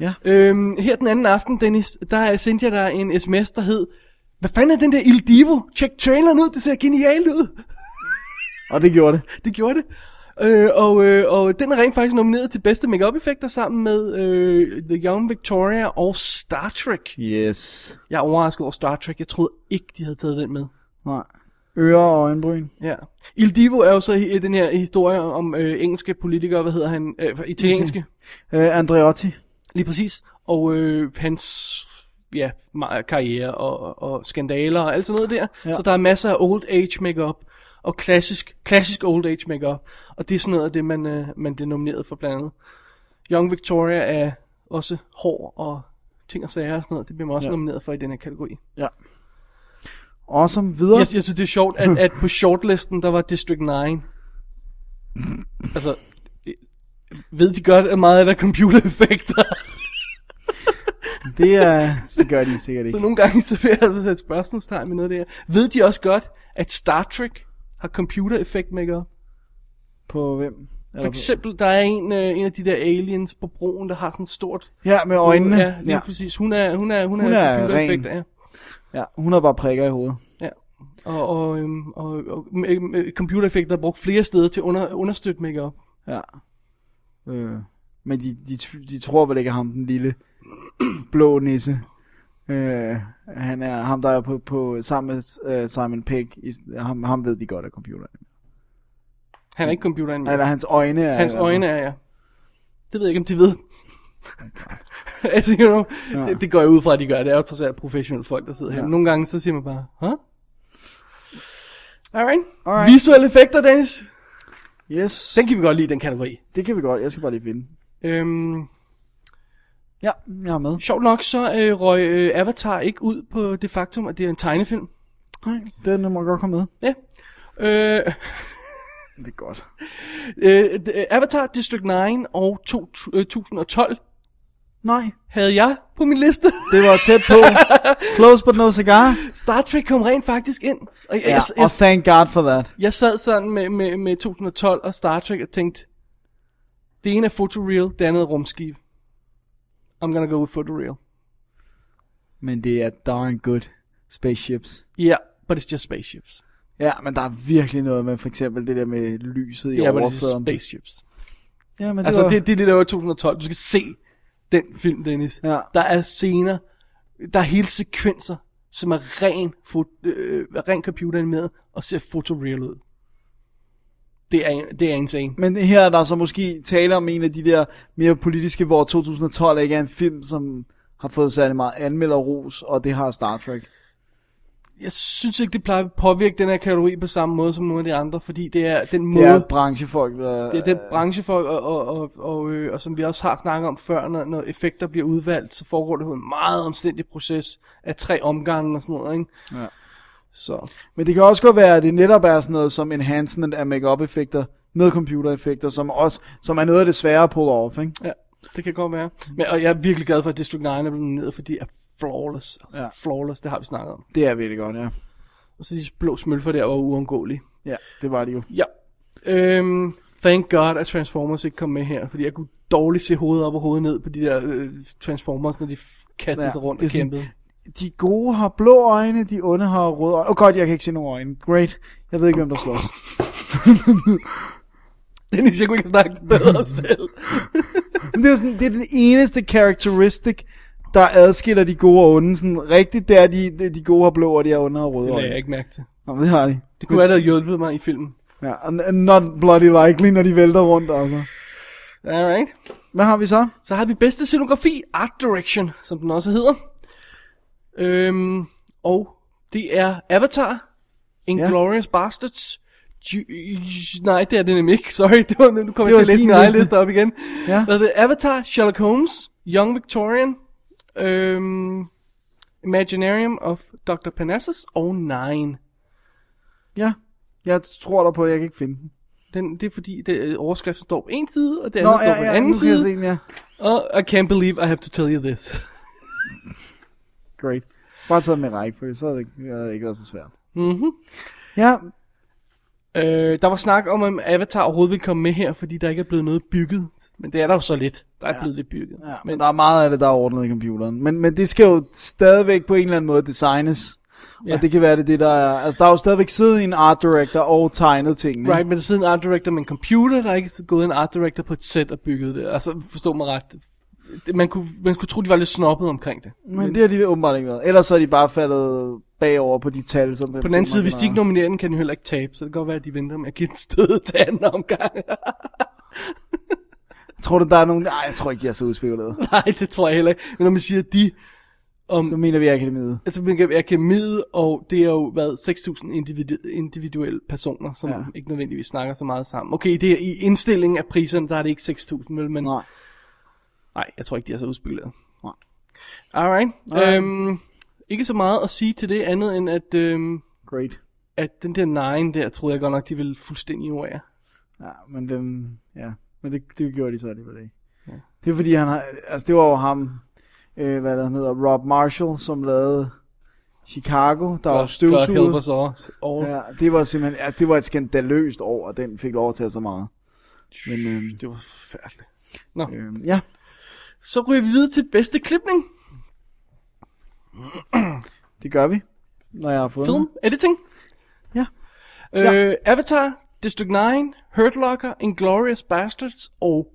Speaker 4: Ja.
Speaker 3: Øhm, her den anden aften, Dennis, der er- sendte jeg dig en sms, der hed, hvad fanden er den der Il Divo? Tjek traileren ud, det ser genialt ud.
Speaker 4: Og det gjorde det.
Speaker 3: Det gjorde det. Øh, og, øh, og den er rent faktisk nomineret til bedste makeup effekter sammen med øh, The Young Victoria og Star Trek.
Speaker 4: Yes.
Speaker 3: Jeg er overrasket over Star Trek. Jeg troede ikke, de havde taget den med.
Speaker 4: Nej. Ører og øjenbryn.
Speaker 3: Ja. Il Divo er jo så i, den her historie om øh, engelske politikere, hvad hedder han? Øh, italienske.
Speaker 4: Øh, Andreotti.
Speaker 3: Lige præcis. Og øh, hans ja, ma- karriere og, og skandaler og alt sådan noget der.
Speaker 4: Ja.
Speaker 3: Ja. Så der er masser af old age makeup og klassisk, klassisk old age makeup. Og det er sådan noget af det, man, øh, man bliver nomineret for blandt andet. Young Victoria er også hår og ting og sager og sådan noget. Det bliver man også
Speaker 4: Ja.
Speaker 3: ja. nomineret for i den her kategori.
Speaker 4: Ja. Awesome. Videre.
Speaker 3: Jeg, jeg synes, det er sjovt, at, at på shortlisten, der var District 9. Altså, ved de godt, at meget af der computereffekter?
Speaker 4: Det, er, det gør de sikkert
Speaker 3: Så
Speaker 4: ikke.
Speaker 3: nogle gange så vil jeg altså sætte spørgsmålstegn med noget af det her. Ved de også godt, at Star Trek har computer effect maker?
Speaker 4: På hvem?
Speaker 3: For
Speaker 4: Eller på-
Speaker 3: eksempel, der er en, øh, en af de der aliens på broen, der har sådan et stort...
Speaker 4: Ja, med øjnene.
Speaker 3: Ja, lige
Speaker 4: ja.
Speaker 3: ja. præcis. Hun er, hun er, hun er,
Speaker 4: Hun er
Speaker 3: computer
Speaker 4: ren.
Speaker 3: effect, ja.
Speaker 4: ja. Hun har bare prikker i hovedet.
Speaker 3: Ja. Og, og, øhm, og, og m- m- computereffekter er brugt flere steder til at under, understøtte makeup.
Speaker 4: Ja. Øh. Men de, de, tr- de tror vel ikke, at ham den lille blå nisse. Øh, han er ham, der er på, på sammen med øh, Simon Pegg. I, ham, ham ved de godt af computeren.
Speaker 3: Han er ikke computeranimal.
Speaker 4: Eller hans øjne er...
Speaker 3: Hans øjne er, ja. Det ved jeg ikke, om de ved. altså, you know, ja. det, det, går jeg ud fra, at de gør. Det er jo trods alt professionelle folk, der sidder ja. her. Nogle gange, så siger man bare, huh? Alright.
Speaker 4: Alright.
Speaker 3: Alright. Visuelle effekter, Dennis.
Speaker 4: Yes.
Speaker 3: Den kan vi godt lide, den kategori.
Speaker 4: Det kan vi godt. Jeg skal bare lige finde.
Speaker 3: Øhm,
Speaker 4: Ja, jeg er med.
Speaker 3: sjovt nok, så øh, røg øh, Avatar ikke ud på det faktum, at det er en tegnefilm.
Speaker 4: Nej, den må godt komme med.
Speaker 3: Ja. Øh,
Speaker 4: Det er godt.
Speaker 3: øh, d- øh, Avatar District 9 og to, øh, 2012
Speaker 4: Nej,
Speaker 3: havde jeg på min liste.
Speaker 4: det var tæt på. Close but no cigar.
Speaker 3: Star Trek kom rent faktisk ind. Og jeg,
Speaker 4: Ja, og thank God for that.
Speaker 3: Jeg sad sådan med, med, med 2012 og Star Trek og tænkte, det ene er fotoreal, det andet er rumskib. I'm gonna go with fotoreal.
Speaker 4: Men det er darn good spaceships.
Speaker 3: Yeah, but it's just spaceships.
Speaker 4: Ja, men der er virkelig noget med for eksempel det der med lyset i
Speaker 3: Yeah, but it's just
Speaker 4: overfladen.
Speaker 3: spaceships.
Speaker 4: Ja, men det
Speaker 3: Altså,
Speaker 4: var...
Speaker 3: det, det er det, der var i 2012. Du skal se den film, Dennis.
Speaker 4: Ja.
Speaker 3: Der er scener, der er hele sekvenser, som er ren, fo- øh, ren computeranimeret og ser fotoreal ud. Det er, det er insane.
Speaker 4: Men her er der så måske tale om en af de der mere politiske, hvor 2012 ikke er en film, som har fået særlig meget anmelderros, og det har Star Trek.
Speaker 3: Jeg synes ikke, det plejer at påvirke den her kategori på samme måde som nogle af de andre, fordi det er den
Speaker 4: Det
Speaker 3: måde...
Speaker 4: er branchefolk, der...
Speaker 3: Det er den branchefolk, og, og, og, og, øh, og som vi også har snakket om før, når, når effekter bliver udvalgt, så foregår det jo en meget omstændig proces af tre omgange og sådan noget, ikke?
Speaker 4: Ja.
Speaker 3: Så,
Speaker 4: Men det kan også godt være, at det netop er sådan noget som enhancement af make effekter med computereffekter, som også som er noget af det svære at pull off, ikke?
Speaker 3: ja, det kan godt være. Men, og jeg er virkelig glad for, at District 9 er blevet nomineret, for det er flawless.
Speaker 4: Ja.
Speaker 3: Ja. Flawless, det har vi snakket om.
Speaker 4: Det er virkelig godt, ja.
Speaker 3: Og så de blå smølfer der var uundgåelige.
Speaker 4: Ja, det var det jo.
Speaker 3: Ja. Øhm, thank God, at Transformers ikke kom med her, fordi jeg kunne dårligt se hovedet op og hovedet ned på de der øh, Transformers, når de f- kastede
Speaker 4: Ja,
Speaker 3: ja, sig rundt
Speaker 4: det er
Speaker 3: og
Speaker 4: sådan-
Speaker 3: kæmpede.
Speaker 4: De gode har blå øjne, de onde har røde øjne. Åh oh, godt, jeg kan ikke se nogen øjne. Great. Jeg ved ikke, hvem der slås.
Speaker 3: Dennis, jeg kunne ikke snakke bedre selv.
Speaker 4: Men det er, jo sådan, det er den eneste characteristic, der adskiller de gode og onde. Sådan rigtigt, det er, de, de- de gode har blå, og de har onde har røde
Speaker 3: Det lagde jeg
Speaker 4: øjne.
Speaker 3: ikke mærke til.
Speaker 4: Nå, men det har de.
Speaker 3: Det kunne være, der hjulpet mig i filmen.
Speaker 4: Ja, and- and not bloody likely, når de vælter rundt, altså.
Speaker 3: Alright.
Speaker 4: Hvad har vi så?
Speaker 3: Så har vi bedste scenografi, Art Direction, som den også hedder. Øhm, og det er Avatar, Inglourious Bastards, Ju- nej, det er det nemlig ikke. Sorry, det var, nu kommer
Speaker 4: Det
Speaker 3: jeg til at
Speaker 4: var
Speaker 3: læse
Speaker 4: din
Speaker 3: min
Speaker 4: liste.
Speaker 3: egen liste op igen.
Speaker 4: Ja.
Speaker 3: Hvad er det? Avatar, Sherlock Holmes, Young Victorian, øhm, Imaginarium of Dr. Parnassus og Nine.
Speaker 4: Ja, jeg tror der på, at jeg kan ikke finde den.
Speaker 3: Den, det er fordi, det, øh, overskriften står på en side, og det
Speaker 4: Nå,
Speaker 3: andet står
Speaker 4: ja,
Speaker 3: på
Speaker 4: ja,
Speaker 3: den anden
Speaker 4: nu kan jeg
Speaker 3: side.
Speaker 4: se den, ja.
Speaker 3: Oh, I can't believe I have to tell you this.
Speaker 4: Great. Bare taget med række, for så havde det ikke, havde det ikke været så svært.
Speaker 3: mm-hmm.
Speaker 4: Ja,
Speaker 3: øh, der var snak om, om Avatar overhovedet ville komme med her, fordi der ikke er blevet noget bygget. Men det er der jo så lidt. Der er ja. blevet lidt bygget.
Speaker 4: ja men, men der er meget af det, der er ordnet i computeren. Men, men det skal jo stadigvæk på en eller anden måde designes. Ja.
Speaker 3: Ja.
Speaker 4: Og det kan være det, er det der er... Altså, der er jo stadigvæk siddet en art director og tegnet tingene.
Speaker 3: Right, men der sidder en art director med en computer, der er ikke gået en art director på et sæt og bygget det. Altså, forstå mig ret. Det- Man kunne, man kunne tro, de var lidt snobbet omkring det.
Speaker 4: Men det har de åbenbart ikke været. Ellers så er de bare faldet bagover på de tal, som
Speaker 3: På den anden side, hvis de ikke nominerer den, kan de heller ikke tabe. Så det kan godt være, at de venter med at give den stød til anden omgang.
Speaker 4: Tror du, der er nogen... Nej, jeg tror ikke, de er så udspekuleret.
Speaker 3: Nej, det tror jeg heller ikke. Men når man siger de,
Speaker 4: Så mener vi akademiet.
Speaker 3: Altså, man kan- akademiet, og det er jo været 6.000 individu- individuelle personer, som
Speaker 4: Ja.
Speaker 3: ja. ikke nødvendigvis snakker så meget sammen. Okay, det er, i indstillingen af priserne, der er det ikke 6.000, vel? Men nej.
Speaker 4: Nej.
Speaker 3: nej, jeg tror ikke, de er så udspekuleret.
Speaker 4: Nej.
Speaker 3: Alright.
Speaker 4: Alright.
Speaker 3: Alright. Øhm, ikke så meget at sige til det andet, end at, øhm,
Speaker 4: Great.
Speaker 3: at den der 9 der, troede jeg godt nok, de ville fuldstændig ignorere.
Speaker 4: Ja, men den, ja. Men det, det gjorde de så alligevel ikke. Ja. Det er fordi, han har, altså det var jo ham. øh, hvad der han hedder, Rob Marshall, som lavede Chicago, der var
Speaker 3: God help
Speaker 4: støvsuget.
Speaker 3: us all. all. Ja.
Speaker 4: Ja, det var simpelthen, altså, det var et skandaløst år, og den fik lov til at tage så meget. Men øh,
Speaker 3: Det var forfærdeligt.
Speaker 4: øh, ja,
Speaker 3: Så ryger vi videre til bedste klipning.
Speaker 4: det gør vi, når jeg har fået
Speaker 3: Film.
Speaker 4: den.
Speaker 3: Editing.
Speaker 4: Ja.
Speaker 3: Øh, Avatar, District 9, Hurt Locker, Inglourious Bastards og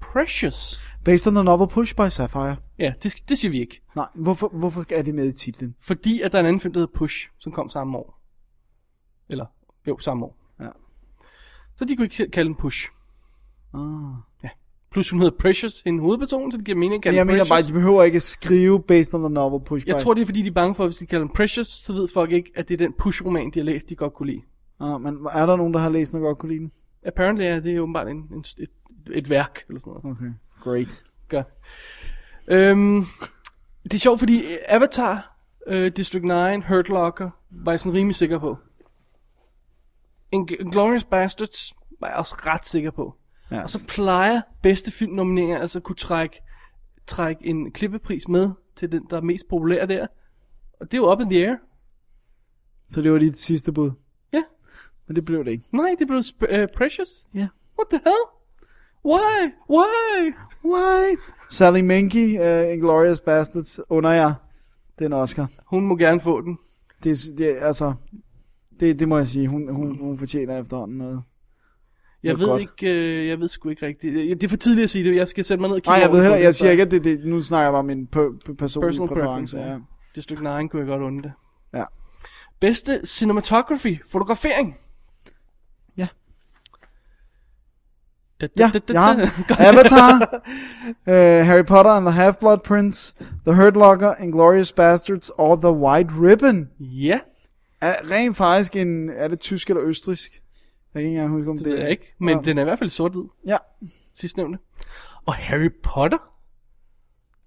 Speaker 3: Precious.
Speaker 4: Based on the novel Push by Sapphire.
Speaker 3: Ja, det, det siger vi ikke.
Speaker 4: Nej, hvorfor, hvorfor er det med i titlen?
Speaker 3: Fordi at der er en anden film, der hedder Push, som kom samme år. Eller, jo, samme år.
Speaker 4: Ja.
Speaker 3: Så de kunne ikke kalde den Push.
Speaker 4: Ah.
Speaker 3: Plus hun hedder Precious, en hovedperson, så det giver mening at
Speaker 4: Men
Speaker 3: kalde
Speaker 4: jeg
Speaker 3: den
Speaker 4: mener
Speaker 3: Precious.
Speaker 4: bare, de behøver ikke at skrive Based on the novel Push
Speaker 3: Jeg
Speaker 4: by.
Speaker 3: tror, det er fordi, de er bange for, at hvis de kalder den Precious, så ved folk ikke, at det er den Push-roman, de har læst, de godt kunne lide.
Speaker 4: Ah, men er der nogen, der har læst den og godt kunne lide den?
Speaker 3: Apparently er det åbenbart en, en, et, et værk, eller sådan noget.
Speaker 4: Okay, great.
Speaker 3: Gør. Øhm, det er sjovt, fordi Avatar, øh, District 9, Hurt Locker, var jeg sådan rimelig sikker på. Inglourious Bastards var jeg også ret sikker på.
Speaker 4: Ja.
Speaker 3: Og så plejer bedste filmnomineringer altså at kunne trække, trække en klippepris med til den, der er mest populær der. Og det er jo up in the air.
Speaker 4: Så det var dit sidste bud.
Speaker 3: Ja.
Speaker 4: Men det blev det ikke.
Speaker 3: Nej, det blev sp- uh, Precious.
Speaker 4: Ja.
Speaker 3: What the hell? Why? Why?
Speaker 4: Why? Sally Menke, uh, Inglourious Bastards, under jer den Oscar.
Speaker 3: Hun må gerne få den.
Speaker 4: Det, det altså, det, det må jeg sige. Hun, hun, hun fortjener efterhånden noget.
Speaker 3: Jeg
Speaker 4: Det
Speaker 3: ved
Speaker 4: var
Speaker 3: ikke, øh, jeg ved sgu ikke rigtigt. Jeg- Det er for tidligt at sige det. Jeg skal sætte mig ned og kigge
Speaker 4: Nej, jeg
Speaker 3: over
Speaker 4: ved
Speaker 3: det
Speaker 4: heller,
Speaker 3: på
Speaker 4: jeg
Speaker 3: det,
Speaker 4: siger
Speaker 3: så-
Speaker 4: ikke, at det, det nu snakker jeg bare om min per, per, personlige
Speaker 3: Personal
Speaker 4: præference.
Speaker 3: preference, ja.
Speaker 4: Ja.
Speaker 3: Det stykke 9 kunne jeg godt undre.
Speaker 4: Ja.
Speaker 3: Bedste cinematography, fotografering.
Speaker 4: Ja.
Speaker 3: Da, da,
Speaker 4: Ja,
Speaker 3: da, da,
Speaker 4: jeg har
Speaker 3: da.
Speaker 4: Avatar, uh, Harry Potter and the Half-Blood Prince, The Hurt Locker, Inglourious Bastards og The White Ribbon.
Speaker 3: Ja,
Speaker 4: Er rent faktisk en, er det tysk eller østrisk? Jeg kan ikke engang huske, om det,
Speaker 3: det ved jeg ikke. Men
Speaker 4: Ja.
Speaker 3: den er i hvert fald sort-hvid,
Speaker 4: Ja,
Speaker 3: sidstnævnte. Og Harry Potter.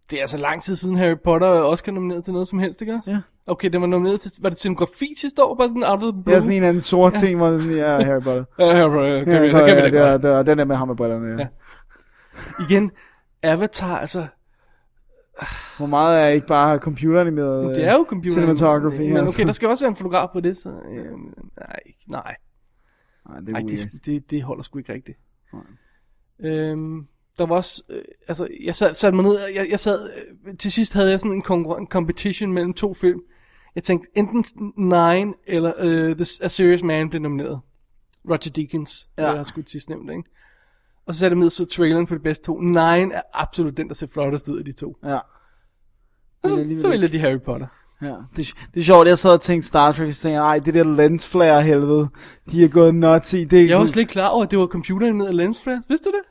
Speaker 3: Det er altså lang tid siden Harry Potter også kan nomineret til noget som helst, ikke også?
Speaker 4: Ja.
Speaker 3: Okay, den var nomineret til, var det scenografi sidste år? Bare sådan out of the blue?
Speaker 4: det er sådan en eller anden sort ting, hvor det er sådan, ja, Harry Potter.
Speaker 3: Ja, Harry Potter,
Speaker 4: Ja,
Speaker 3: Uh. kan vi- der kan vi
Speaker 4: ja,
Speaker 3: det
Speaker 4: det
Speaker 3: godt.
Speaker 4: er, det er, den der med ham med brillerne. Ja.
Speaker 3: Ja. igen, Avatar, altså,
Speaker 4: Hvor meget er ikke bare computeranimeret
Speaker 3: det er jo computer.
Speaker 4: cinematography?
Speaker 3: Men okay,
Speaker 4: altså.
Speaker 3: der skal også være en fotograf på det, så øh, nej, nej,
Speaker 4: Nej, det er
Speaker 3: nej det, er
Speaker 4: weird.
Speaker 3: sgu- det, det holder sgu ikke rigtigt. Øhm, der var også, øh, altså, jeg sad, sad mig ned, og jeg, jeg sad, øh, til sidst havde jeg sådan en, konkurren- en competition mellem to film. Jeg tænkte, enten Nine eller øh, The, A Serious Man blev nomineret. Roger Deakins, ja.
Speaker 4: Ja.
Speaker 3: jeg har sgu sidst nævnt, ikke? Og så satte jeg med så traileren for de bedste to. Nine er absolut den, der ser flottest ud af de to.
Speaker 4: Ja.
Speaker 3: Og
Speaker 4: Men
Speaker 3: så,
Speaker 4: alligevel
Speaker 3: så vælger de Harry Potter.
Speaker 4: Ja, det, er- det er sjovt, jeg sad og tænkte Star Trek, og så tænkte jeg, nej, det der lensflare helvede, de er gået nuts i. Det er
Speaker 3: Jeg var slet ikke klar over, at det var computeren med lens flares. Vidste du det?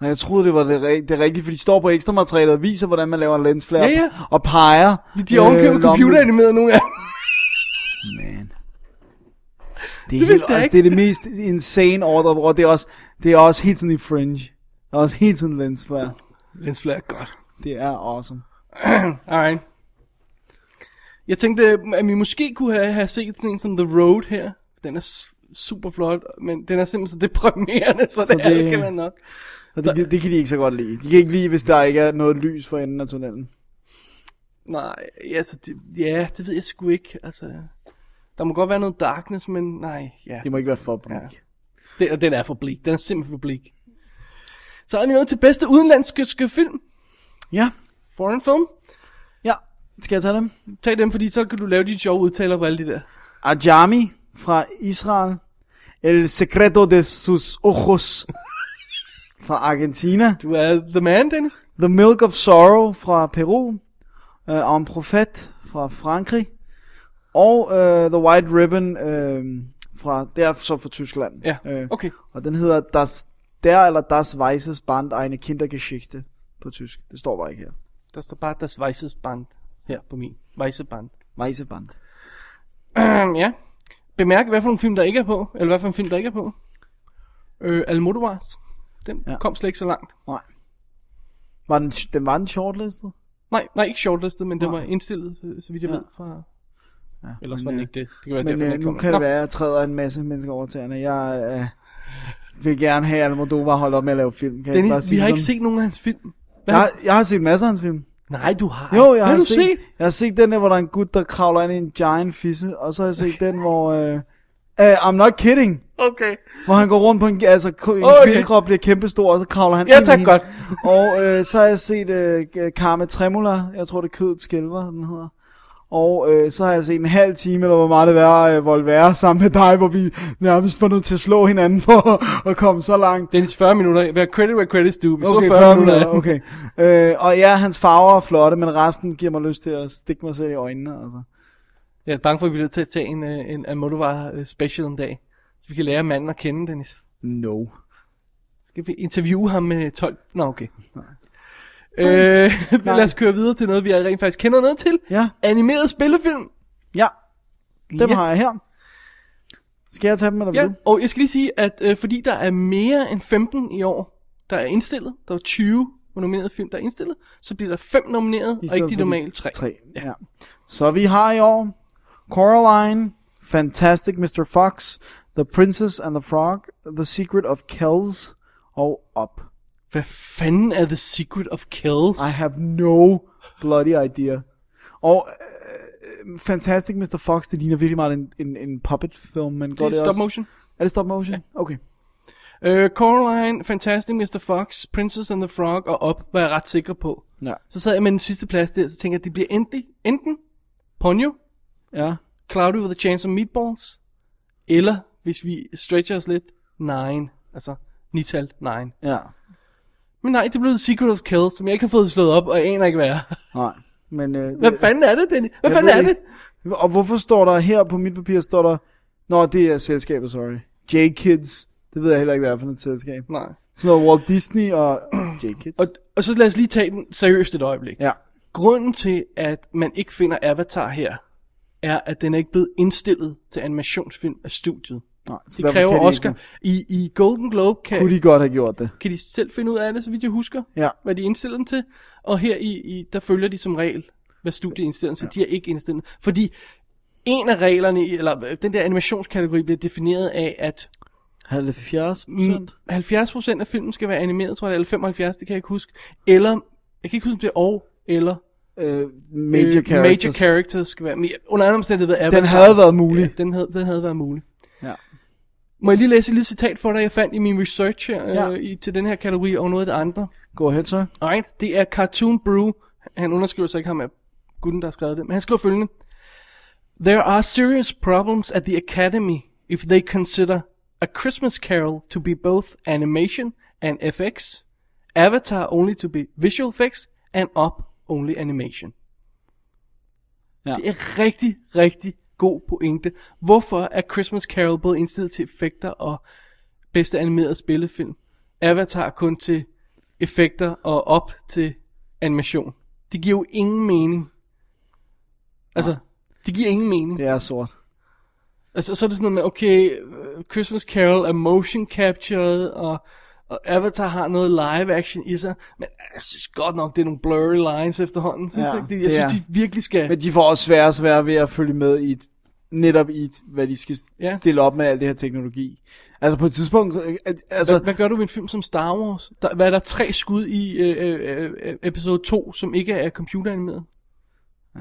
Speaker 4: Nej, jeg troede, det var det, ri- det rigtige, for de står på ekstra materialet og viser, hvordan man laver en lensflare
Speaker 3: Ja, ja.
Speaker 4: og peger.
Speaker 3: De har ovenkøbet
Speaker 4: lommen.
Speaker 3: computeranimeret nogle af dem.
Speaker 4: Man. Det, er
Speaker 3: Det
Speaker 4: helt,
Speaker 3: vidste jeg
Speaker 4: altså, det er det mest insane ordre, hvor det er også, det er også helt sådan i fringe. Der er også helt sådan lensflare.
Speaker 3: Lens flare, godt.
Speaker 4: Det er awesome.
Speaker 3: Alright. Jeg tænkte, at vi måske kunne have, have set sådan en som The Road her. Den er s- super flot, men den er simpelthen så deprimerende, så, så det,
Speaker 4: det-
Speaker 3: alt kan være nok.
Speaker 4: Og det, det, det, kan de ikke så godt lide. De kan ikke lide, hvis der ikke er noget lys for enden af tunnelen.
Speaker 3: Nej, altså, det, ja, det ved jeg sgu ikke. Altså, der må godt være noget darkness, men nej, ja.
Speaker 4: Det må ikke være for blik. Ja.
Speaker 3: Den, og den er for blik. Den er simpelthen for blik. Så er vi nået til bedste udenlandske film.
Speaker 4: ja.
Speaker 3: Foreign film.
Speaker 4: Ja. Skal jeg tage dem?
Speaker 3: Tag dem, fordi så kan du lave de sjove udtaler på alle de der.
Speaker 4: Ajami fra Israel. El secreto de sus ojos fra Argentina.
Speaker 3: Du er the man, Dennis.
Speaker 4: The Milk of Sorrow fra Peru, uh, En Profet fra Frankrig, og uh, The White Ribbon uh, fra, der så fra Tyskland.
Speaker 3: Ja,
Speaker 4: Øh,
Speaker 3: okay.
Speaker 4: Og den hedder das, Der eller Das Weißes Band, eine Kindergeschichte på tysk. Det står bare ikke her.
Speaker 3: Der står bare deres Weises Band her på min. Weisse Band.
Speaker 4: Weiße Band.
Speaker 3: ja. Bemærk, hvad for en film, der ikke er på. Eller hvad for en film, der ikke er på. Øh, Almodovars. Den ja.
Speaker 4: Ja.
Speaker 3: kom slet ikke så langt.
Speaker 4: Nej. Var den, den var den shortlistet?
Speaker 3: Nej, nej, ikke shortlistet, men den
Speaker 4: Nej.
Speaker 3: var indstillet, øh, så vidt jeg ja.
Speaker 4: Ja.
Speaker 3: ved. Fra...
Speaker 4: Ja,
Speaker 3: Ellers var den
Speaker 4: øh,
Speaker 3: ikke det. Det kan være
Speaker 4: Men
Speaker 3: derfor, den
Speaker 4: øh,
Speaker 3: ikke
Speaker 4: nu
Speaker 3: kom.
Speaker 4: kan det
Speaker 3: Nå,
Speaker 4: være, at jeg træder en masse mennesker over tæerne. Jeg øh, vil gerne have Almodovar holdt op med at lave film. Kan jeg ikke bare
Speaker 3: Dennis,
Speaker 4: sige
Speaker 3: vi har
Speaker 4: det
Speaker 3: ikke
Speaker 4: sådan?
Speaker 3: set nogen af hans film. Hvad?
Speaker 4: Jeg, har- jeg har set masser af hans film.
Speaker 3: Nej, du har.
Speaker 4: Jo, jeg
Speaker 3: Hvad
Speaker 4: har,
Speaker 3: du
Speaker 4: set, set, jeg har set den der, hvor der er en gut, der kravler ind i en giant fisse, og så har jeg set den, hvor... Øh, øh, I'm not kidding.
Speaker 3: Okay.
Speaker 4: Hvor han går rundt på en, altså, k- en
Speaker 3: Okay.
Speaker 4: okay. kvindekrop, bliver kæmpestor, og så kravler han
Speaker 3: Ja,
Speaker 4: ind i
Speaker 3: tak,
Speaker 4: hende.
Speaker 3: godt.
Speaker 4: Og øh, så har jeg set øh, Karma Tremula, jeg tror det er Kødet Skælver, den hedder. Og øh, så har jeg set en halv time, eller hvor meget det var, øh, Volvere sammen med dig, hvor vi nærmest var nødt til at slå hinanden for at komme så langt.
Speaker 3: Dennis, 40 minutter. Hvad credit, where credit's due. Vi
Speaker 4: Okay,
Speaker 3: så 40,
Speaker 4: 40
Speaker 3: minutter.
Speaker 4: minutter, okay. Øh, og ja, hans farver er flotte, men resten giver mig lyst til at stikke mig selv i øjnene, altså.
Speaker 3: Jeg er bange for, at vi bliver til at tage en, øh, en Almodovar øh, special en dag. Så vi kan lære manden at kende, Dennis.
Speaker 4: No.
Speaker 3: Skal vi interviewe ham med 12? Nå, okay. Øh, lad os køre videre til noget, vi rent faktisk kender noget til.
Speaker 4: Ja,
Speaker 3: Animeret spillefilm.
Speaker 4: ja, dem
Speaker 3: Ja.
Speaker 4: har jeg her. Skal jeg tage dem, eller vil
Speaker 3: Ja,
Speaker 4: du?
Speaker 3: og jeg skal lige sige, at øh, fordi der er mere end 15 i år, der er indstillet, der er 20 nominerede film, der er indstillet, så bliver der 5 nomineret, og
Speaker 4: stedet
Speaker 3: ikke de
Speaker 4: for de
Speaker 3: normale 3.
Speaker 4: Tre, ja. Så vi har i år Coraline, Fantastic Mr. Fox, The Princess and the Frog, The Secret of Kells og Up.
Speaker 3: Hvad fanden er The Secret of Kells?
Speaker 4: I have no bloody idea. Og øh, Fantastic Mr. Fox, det ligner virkelig meget en, en, en puppet-film, men går
Speaker 3: det
Speaker 4: det,
Speaker 3: er stop
Speaker 4: også?
Speaker 3: motion.
Speaker 4: Er det stop motion? Okay.
Speaker 3: Øh, Coraline, Fantastic Mr. Fox, Princess and the Frog og Up var jeg ret sikker på.
Speaker 4: Ja.
Speaker 3: Så sad jeg med den sidste plads der, så tænkte jeg, at det bliver enten, enten Ponyo,
Speaker 4: ja.
Speaker 3: Cloudy with a Chance of Meatballs, eller, hvis vi stretcher os lidt, Nine. Altså, nital Nine.
Speaker 4: Ja.
Speaker 3: Men nej, det blev The Secret of Kells, som jeg ikke har fået slået op, og jeg aner ikke, hvad er.
Speaker 4: Nej. Men, øh, det-
Speaker 3: Hvad fanden er det, Dennis? Hvad
Speaker 4: Jeg
Speaker 3: fanden
Speaker 4: ved
Speaker 3: er det?
Speaker 4: ikke. Og hvorfor står der her på mit papir, står der... Nå, det er selskabet, sorry. J-Kids. Det ved jeg heller ikke, hvad er for et selskab.
Speaker 3: Nej.
Speaker 4: Sådan noget Walt Disney og J-Kids.
Speaker 3: Og, og så lad os lige tage den seriøst et øjeblik.
Speaker 4: Ja.
Speaker 3: Grunden til, at man ikke finder Avatar her, er, at den er ikke blevet indstillet til animationsfilm af studiet.
Speaker 4: Nej, så
Speaker 3: Det
Speaker 4: derfor
Speaker 3: kræver
Speaker 4: kan de
Speaker 3: Oscar.
Speaker 4: ikke-
Speaker 3: I, I Golden Globe kan,
Speaker 4: Kunne de godt have gjort det?
Speaker 3: kan de selv finde ud af det, så vidt jeg husker,
Speaker 4: Ja.
Speaker 3: hvad de indstiller den til. Og her i, i der følger de som regel, hvad studiet indstiller den til. De er ikke indstillet. Fordi en af reglerne, i- eller øh, den der animationskategori, bliver defineret af, at
Speaker 4: 70
Speaker 3: mm, 70% af filmen skal være animeret, tror jeg, eller 75, det kan jeg ikke huske. Eller, jeg kan ikke huske, om det er og, eller
Speaker 4: Øh, major
Speaker 3: øh,
Speaker 4: characters.
Speaker 3: major characters skal være med. Under andre omstændigheder ved
Speaker 4: Den
Speaker 3: Avatar.
Speaker 4: havde været mulig.
Speaker 3: Ja, den, havde, den havde været mulig.
Speaker 4: Ja.
Speaker 3: Må jeg lige læse et lille citat for dig, jeg fandt i min research her, ja.
Speaker 4: Ja.
Speaker 3: øh, i, til den her kategori og noget af det andre.
Speaker 4: Go ahead, så.
Speaker 3: Alright, det er Cartoon Brew. Han underskriver så ikke ham af gutten, der har skrevet det. Men han skriver følgende. There are serious problems at the Academy if they consider A Christmas Carol to be both animation and FX, Avatar only to be visual effects, and Up only animation.
Speaker 4: Ja.
Speaker 3: Det er rigtig, rigtig god pointe. Hvorfor er Christmas Carol både indstillet til effekter og bedste animeret spillefilm? Avatar kun til effekter og op til animation. Det giver jo ingen mening. Altså, det giver ingen mening.
Speaker 4: Det er sort.
Speaker 3: Altså, så er det sådan noget med, okay, øh, Christmas Carol er motion captured, og, og Avatar har noget live action i sig, men altså, jeg synes godt nok, det er nogle blurry lines efterhånden, synes
Speaker 4: Ja,
Speaker 3: jeg ikke? Det, jeg
Speaker 4: det
Speaker 3: synes,
Speaker 4: er.
Speaker 3: de virkelig skal...
Speaker 4: Men de får også sværere og sværere ved at følge med i et- netop i, hvad de skal
Speaker 3: Ja.
Speaker 4: ja. stille op med al det her teknologi. Altså på et tidspunkt, øh, at- altså,
Speaker 3: Hvad gør du ved en film som Star Wars? Der, hvad er der tre skud i øh, øh, øh, episode 2, som ikke er computeranimeret?
Speaker 4: Ja.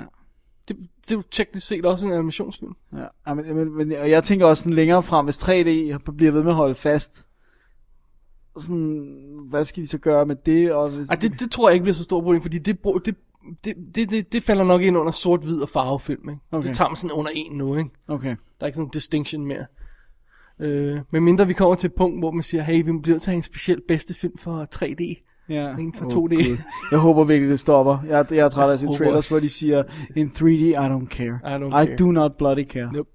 Speaker 3: Det, det er jo teknisk set også en animationsfilm.
Speaker 4: ja, ja, men, men, men, og jeg tænker også sådan længere frem, hvis 3D bliver ved med at holde fast, sådan, hvad skal de så gøre med det? Og hvis
Speaker 3: Ej, det, det tror jeg ikke bliver så stor problem, fordi det, bro- det, det, det, det, det falder nok ind under sort-hvid og farvefilm, ikke? Okay.
Speaker 4: Okay.
Speaker 3: Det tager man sådan under en nu, ikke?
Speaker 4: Okay.
Speaker 3: Der er ikke sådan en distinction mere. Øh, men mindre vi kommer til et punkt, hvor man siger, hey, vi bliver nødt til at have en speciel bedste film for 3D.
Speaker 4: Ja.
Speaker 3: En for
Speaker 4: Åh,
Speaker 3: 2D.
Speaker 4: Gud. Jeg håber virkelig, det stopper. Jeg, jeg er træt af at se
Speaker 3: håber
Speaker 4: trailers,
Speaker 3: også.
Speaker 4: hvor de siger, in 3D, I don't care.
Speaker 3: I don't
Speaker 4: I
Speaker 3: care.
Speaker 4: do not bloody care.
Speaker 3: Nope.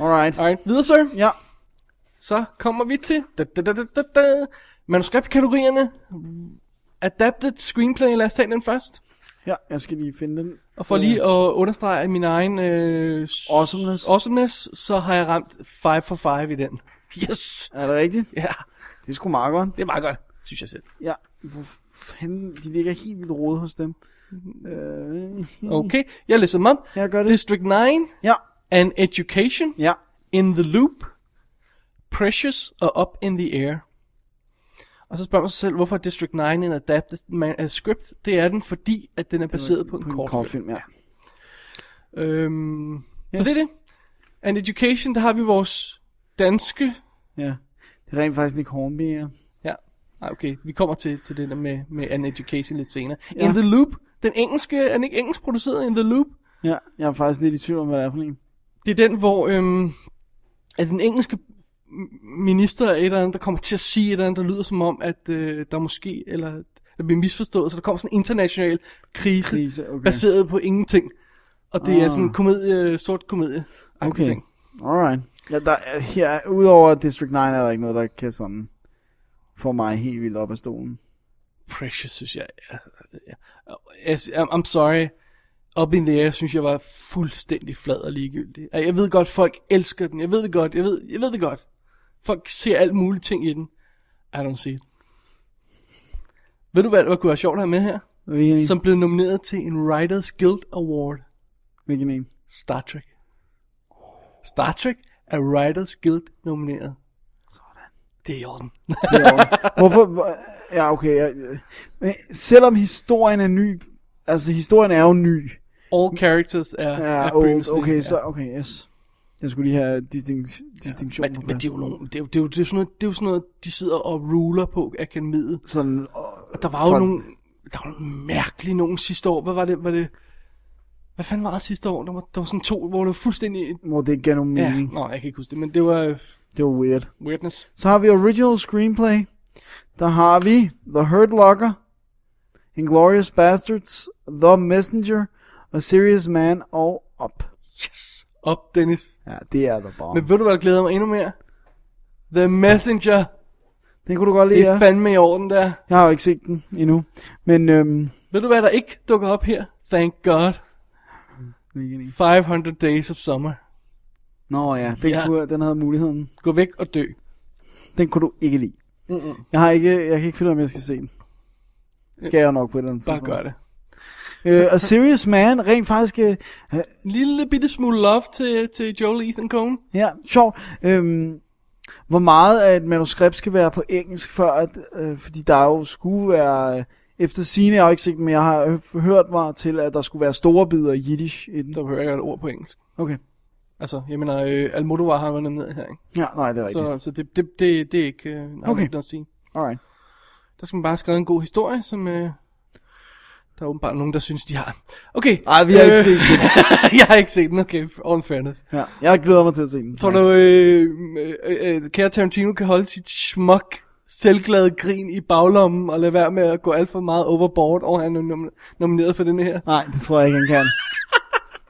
Speaker 4: Alright.
Speaker 3: Alright, videre, sir.
Speaker 4: Ja,
Speaker 3: Så kommer vi til da, da, da, da, da, da. manuskriptkategorierne. Adapted screenplay, lad os tage den først.
Speaker 4: ja, jeg skal lige finde den.
Speaker 3: Og for lige at understrege min egen øh, s-
Speaker 4: Awesomeness.
Speaker 3: awesomeness, så har jeg ramt 5 for 5 i den. Yes!
Speaker 4: Er det rigtigt?
Speaker 3: Ja. Yeah.
Speaker 4: Det er sgu meget godt.
Speaker 3: Det er meget godt, synes jeg selv.
Speaker 4: Ja, hvor fanden, de ligger helt vildt rode hos dem. Øh,
Speaker 3: Okay, jeg læser dem op.
Speaker 4: jeg gør det.
Speaker 3: District 9,
Speaker 4: Ja,
Speaker 3: An Education,
Speaker 4: ja.
Speaker 3: In the Loop, Precious og Up in the Air. Og så spørger man sig selv, hvorfor er District 9 en adapted man, uh, script? Det er den, fordi at den er baseret på en kortfilm.
Speaker 4: kortfilm, ja.
Speaker 3: Øhm, yes. Så
Speaker 4: Yes.
Speaker 3: det er det. And Education, der har vi vores danske...
Speaker 4: ja. Det er rent faktisk Nick Hornby, ja.
Speaker 3: Ja, ah, okay, vi kommer til, til det der med, med An Education lidt senere. Ja.
Speaker 4: Ja.
Speaker 3: In the Loop, den engelske, er den ikke engelsk produceret In the Loop?
Speaker 4: Ja, jeg er faktisk lidt i tvivl om, hvad det er for en.
Speaker 3: Det er den, hvor øhm, at den engelske m- minister eller et eller andet, der kommer til at sige et eller andet, der lyder som om, at øh, der måske, eller der bliver misforstået, så der kommer sådan en international krise,
Speaker 4: Krise, okay.
Speaker 3: baseret på ingenting. Og det ah. er
Speaker 4: Ah.
Speaker 3: sådan en komedie, sort komedie. Okay. Ting.
Speaker 4: Alright. Ja, der, er- her, udover District 9 er der ikke noget, der kan sådan få mig helt vildt op af stolen.
Speaker 3: Precious, synes jeg. er- er- er- I'm I'm sorry. Up in the air, synes jeg var fuldstændig flad og ligegyldig. Og Jeg ved godt, folk elsker den. Jeg ved det godt. Jeg ved, jeg ved det godt. Folk ser alt muligt ting i den. I don't see it. Ved du, hvad der kunne være sjovt at have med her?
Speaker 4: Hvilken en?
Speaker 3: Som blev nomineret til en Writers Guild Award.
Speaker 4: Hvilken en?
Speaker 3: Star Trek. Star Trek er Writers Guild nomineret.
Speaker 4: Sådan.
Speaker 3: Det er i orden.
Speaker 4: Det er over. Hvorfor? hvor- Ja, okay. Jeg, men selvom historien er ny, altså historien er jo ny.
Speaker 3: All characters er,
Speaker 4: Ja,
Speaker 3: er
Speaker 4: old,
Speaker 3: previously-
Speaker 4: okay,
Speaker 3: ja.
Speaker 4: så, okay, yes. Jeg skulle lige have distinction, distinktion
Speaker 3: Men,
Speaker 4: på
Speaker 3: men
Speaker 4: plads.
Speaker 3: det, er jo nogle, det, er jo, det, er jo, det, er jo sådan noget, det er jo sådan noget, de sidder og ruler på akademiet.
Speaker 4: Sådan, og,
Speaker 3: Der var jo
Speaker 4: for-
Speaker 3: nogle, der var nogle mærkelige nogen sidste år. Hvad var det? Var det hvad fanden var det sidste år? Der var, der var sådan to, hvor det var fuldstændig...
Speaker 4: Hvor det ikke gav nogen
Speaker 3: Ja,
Speaker 4: mening.
Speaker 3: nå, jeg kan ikke huske det, men det var øh,
Speaker 4: Det var weird.
Speaker 3: weirdness.
Speaker 4: Så har vi original screenplay. Der har vi The Hurt Locker, Inglourious Bastards, The Messenger, A Serious Man og Up.
Speaker 3: Yes! Op, Dennis.
Speaker 4: Ja, det er The Bomb.
Speaker 3: Men ved du, hvad der glæder mig endnu mere? The Messenger.
Speaker 4: den kunne du godt lide,
Speaker 3: Det er
Speaker 4: ja.
Speaker 3: fandme i orden der.
Speaker 4: Jeg har jo ikke set den endnu. Men, øhm,
Speaker 3: Ved du, hvad der ikke dukker op her? Thank God. 500 Days of Summer.
Speaker 4: Nå ja, den,
Speaker 3: Ja.
Speaker 4: ja. Kunne, den havde muligheden.
Speaker 3: Gå væk og dø.
Speaker 4: Den kunne du ikke lide. Mm-mm. Jeg har ikke, jeg kan ikke finde ud af, om jeg skal se den. Skal jeg nok på et eller andet
Speaker 3: Bare gør det.
Speaker 4: Øh, og Serious Man, rent faktisk, øh,
Speaker 3: Lille bitte smule love til, til Joel Ethan Coen.
Speaker 4: Ja, sjovt. Øhm, hvor meget af et manuskript skal være på engelsk, før at, øh, fordi der jo skulle være, øh, efter sine jeg har jo ikke set den, men jeg har hø- hørt mig til, at der skulle være store bidder i Yiddish i den.
Speaker 3: Der hører jeg et ord på engelsk.
Speaker 4: Okay.
Speaker 3: Altså, jeg mener, øh, Almodovar har været nede her, ikke?
Speaker 4: Ja, nej, det er rigtigt. Så...
Speaker 3: Så, så det, det, det, det er ikke øh, nej,
Speaker 4: Okay.
Speaker 3: okay. at sige.
Speaker 4: Alright.
Speaker 3: Der skal man bare skrive en god historie, som øh, der er åbenbart nogen, der synes, de har. Okay. øh,
Speaker 4: Ej, vi har ikke set den.
Speaker 3: jeg har ikke set den, okay. for All fairness.
Speaker 4: Ja, jeg glæder mig til at se den.
Speaker 3: Tror du, øh, øh, øh, kære Tarantino kan holde sit smuk selvglade grin i baglommen og lade være med at gå alt for meget overboard over, at han er nom- nomineret for den her?
Speaker 4: Nej, det tror jeg ikke, han kan.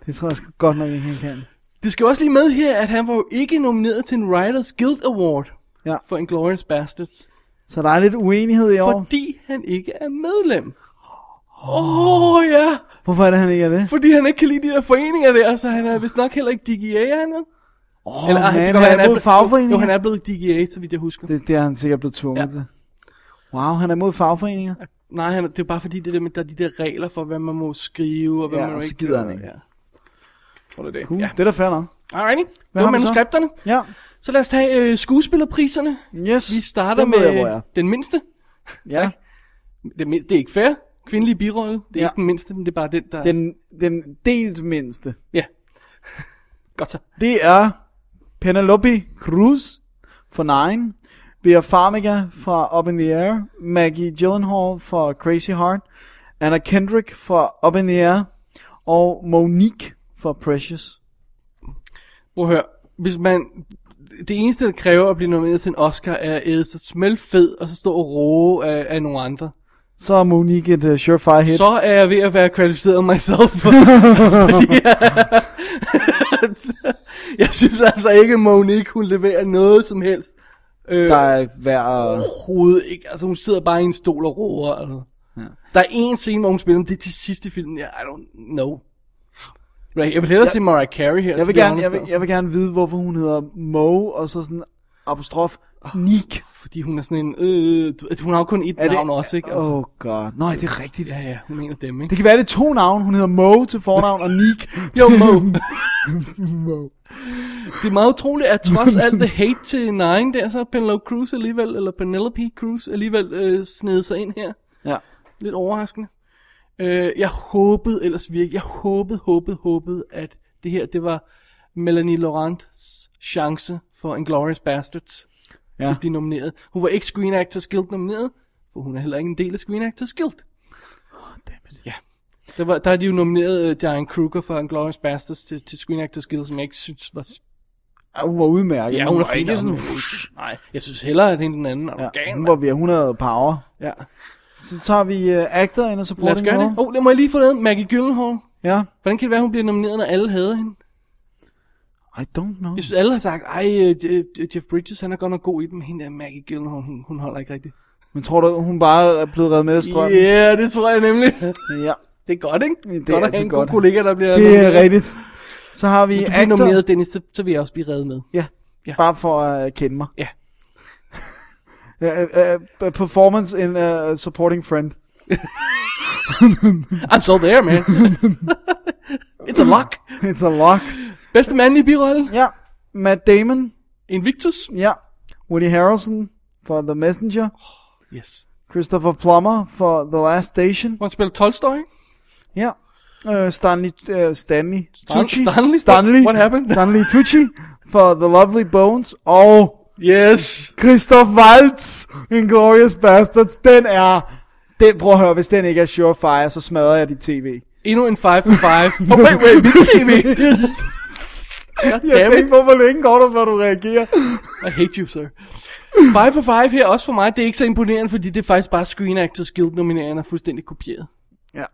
Speaker 4: det tror jeg sgu godt nok ikke, han kan.
Speaker 3: Det skal jo også lige med her, at han var jo ikke nomineret til en Writers Guild Award
Speaker 4: Ja.
Speaker 3: for Inglourious Bastards,
Speaker 4: Så der er lidt uenighed i år.
Speaker 3: fordi han ikke er medlem. Åh oh, ja,
Speaker 4: Hvorfor er det, han ikke er det?
Speaker 3: fordi han ikke kan lide de der foreninger der, så han er vist nok heller ikke DGA, er han vel? Eller,
Speaker 4: Åh, Eller,
Speaker 3: ah,
Speaker 4: man,
Speaker 3: det
Speaker 4: han,
Speaker 3: kan være,
Speaker 4: er mod
Speaker 3: ble-
Speaker 4: fagforeninger.
Speaker 3: Jo, han er blevet DGA, så vidt jeg husker. Det.
Speaker 4: det, det er han sikkert blevet tvunget
Speaker 3: Ja.
Speaker 4: ja. til. Wow, han er mod fagforeninger.
Speaker 3: Nej, han, er- det er bare fordi, det der med, der er de der regler for, hvad man må skrive, og hvad
Speaker 4: Ja,
Speaker 3: man
Speaker 4: og
Speaker 3: må
Speaker 4: så
Speaker 3: ikke...
Speaker 4: gider
Speaker 3: gøre,
Speaker 4: han ikke.
Speaker 3: Ja. Tror du det?
Speaker 4: Cool.
Speaker 3: Ja.
Speaker 4: Ja. Det er da fair nok.
Speaker 3: Alrighty, det
Speaker 4: Hvad
Speaker 3: var
Speaker 4: har vi så?
Speaker 3: manuskripterne.
Speaker 4: Ja.
Speaker 3: Så lad os tage øh, skuespillerpriserne.
Speaker 4: Yes.
Speaker 3: Vi starter
Speaker 4: den ved jeg,
Speaker 3: med
Speaker 4: hvor jeg er.
Speaker 3: den mindste.
Speaker 4: Ja.
Speaker 3: tak. Det, min- det er ikke fair. Kvindelige birolle. Det er ja.
Speaker 4: Ja.
Speaker 3: ikke den mindste, men det er bare den, der...
Speaker 4: Den, den delt mindste.
Speaker 3: Ja. Godt så.
Speaker 4: Det er Penelope Cruz for Nine. Bea Farmiga fra Up in the Air. Maggie Gyllenhaal fra Crazy Heart. Anna Kendrick fra Up in the Air. Og Monique fra Precious.
Speaker 3: Prøv at høre. Hvis man... Det eneste, der kræver at blive nomineret til en Oscar, er at æde sig smeltfed, og så stå og roe af, af nogle andre.
Speaker 4: Så er Monique et uh, surefire hit.
Speaker 3: Så er jeg ved at være kvalificeret myself. For, fordi, jeg, jeg synes altså ikke, at Monique, hun leverer noget som helst. Øh,
Speaker 4: der er hver...
Speaker 3: overhovedet ikke. Altså, hun sidder bare i en stol og roer. Altså. Ja. Der er en scene, hvor hun spiller, men det er til sidst i filmen. Jeg, I don't know. Right, Jeg vil hellere jeg, se Mariah Carey her.
Speaker 4: Jeg
Speaker 3: to
Speaker 4: vil,
Speaker 3: be
Speaker 4: gerne,
Speaker 3: honest,
Speaker 4: jeg, vil,
Speaker 3: altså.
Speaker 4: jeg vil gerne vide, hvorfor hun hedder Mo, og så sådan apostrof Nick.
Speaker 3: Fordi hun er sådan en... Øh, du ved, hun har jo kun et navn også, ikke? Altså.
Speaker 4: Altså. Oh god. Nej, det er rigtigt.
Speaker 3: Ja, ja, hun er en af dem, ikke?
Speaker 4: Det kan være, det er to navne. Hun hedder Mo til fornavn og Nick.
Speaker 3: Jo, Mo. Det er meget utroligt, at trods alt det hate til Nine der, så har Penelope Cruz alligevel, eller Penelope Cruz alligevel øh, snedet sig ind her.
Speaker 4: Ja.
Speaker 3: Lidt overraskende. Øh, jeg håbede ellers virkelig, jeg håbede, håbede, håbede, at det her, det var Melanie Laurents chance for Inglourious Bastards ja. til
Speaker 4: Ja.
Speaker 3: at blive nomineret. Hun var ikke Screen Actors Guild nomineret, for hun er heller ikke en del af Screen Actors Guild. Oh, dammit. Ja. Der, var, der har de jo nomineret uh, Diane Kruger for Inglourious Bastards til, til Screen Actors Guild, som jeg ikke synes var...
Speaker 4: Ja, hun var udmærket.
Speaker 3: Ja,
Speaker 4: men
Speaker 3: hun er
Speaker 4: var
Speaker 3: fin.
Speaker 4: ikke
Speaker 3: og
Speaker 4: sådan...
Speaker 3: hun er ikke- Nej, jeg synes hellere, at hende den anden er
Speaker 4: Ja,
Speaker 3: organ.
Speaker 4: hun var ved 100 power.
Speaker 3: Ja.
Speaker 4: Så tager vi uh, actor ind og supporting
Speaker 3: Lad os gøre det.
Speaker 4: role.
Speaker 3: Åh, oh, lad mig lige få lavet Maggie Gyllenhaal.
Speaker 4: Ja.
Speaker 3: Hvordan kan det være, hun bliver nomineret, når alle havde hende?
Speaker 4: I don't know.
Speaker 3: Jeg synes, alle har sagt, ej, øh, Je- Je- Jeff Bridges, han er godt nok god i den, men hende der Maggie Gyllenhaal, hun, hun holder ikke rigtigt.
Speaker 4: Men tror du, hun bare er blevet reddet med af
Speaker 3: Ja,
Speaker 4: strømmen?
Speaker 3: yeah, det tror jeg nemlig.
Speaker 4: Ja.
Speaker 3: Det er godt, ikke?
Speaker 4: Det er
Speaker 3: godt at
Speaker 4: altid
Speaker 3: have en god
Speaker 4: godt.
Speaker 3: kollega, der bliver
Speaker 4: Det
Speaker 3: nomineret.
Speaker 4: er rigtigt. Så har vi
Speaker 3: Hvis øh, du bliver
Speaker 4: actor.
Speaker 3: nomineret, Dennis, så, så vil jeg også blive reddet med.
Speaker 4: Ja.
Speaker 3: Ja.
Speaker 4: ja. Bare for at øh, kende mig.
Speaker 3: Ja.
Speaker 4: Ja, øh, øh, performance in uh, supporting friend.
Speaker 3: I'm so there, man. It's a lock.
Speaker 4: It's a lock.
Speaker 3: Bedste mandlige birolle.
Speaker 4: Ja. Matt Damon.
Speaker 3: Invictus.
Speaker 4: Ja. Woody Harrelson for The Messenger.
Speaker 3: Yes.
Speaker 4: Christopher Plummer for The Last Station.
Speaker 3: Hvor han spiller Tolstoy. ikke?
Speaker 4: Ja. Øh, Stanley, øh, Stanley Tucci.
Speaker 3: Stanley?
Speaker 4: Stanley.
Speaker 3: What happened?
Speaker 4: Stanley Tucci for The Lovely Bones. Og
Speaker 3: Yes.
Speaker 4: Christoph Waltz, Inglourious Bastards, den er... Den, prøv at høre, hvis den ikke er surefire, så smadrer jeg dit tv.
Speaker 3: Endnu en 5 for 5. Oh, wait, wait, mit tv. God
Speaker 4: Jeg
Speaker 3: damn it.
Speaker 4: tænkte på, hvor længe går der, før du reagerer.
Speaker 3: I hate you, sir. 5 for 5 her, også for mig, det er ikke så imponerende, fordi det er faktisk bare Screen Actors Guild nomineringen er fuldstændig kopieret.
Speaker 4: Ja.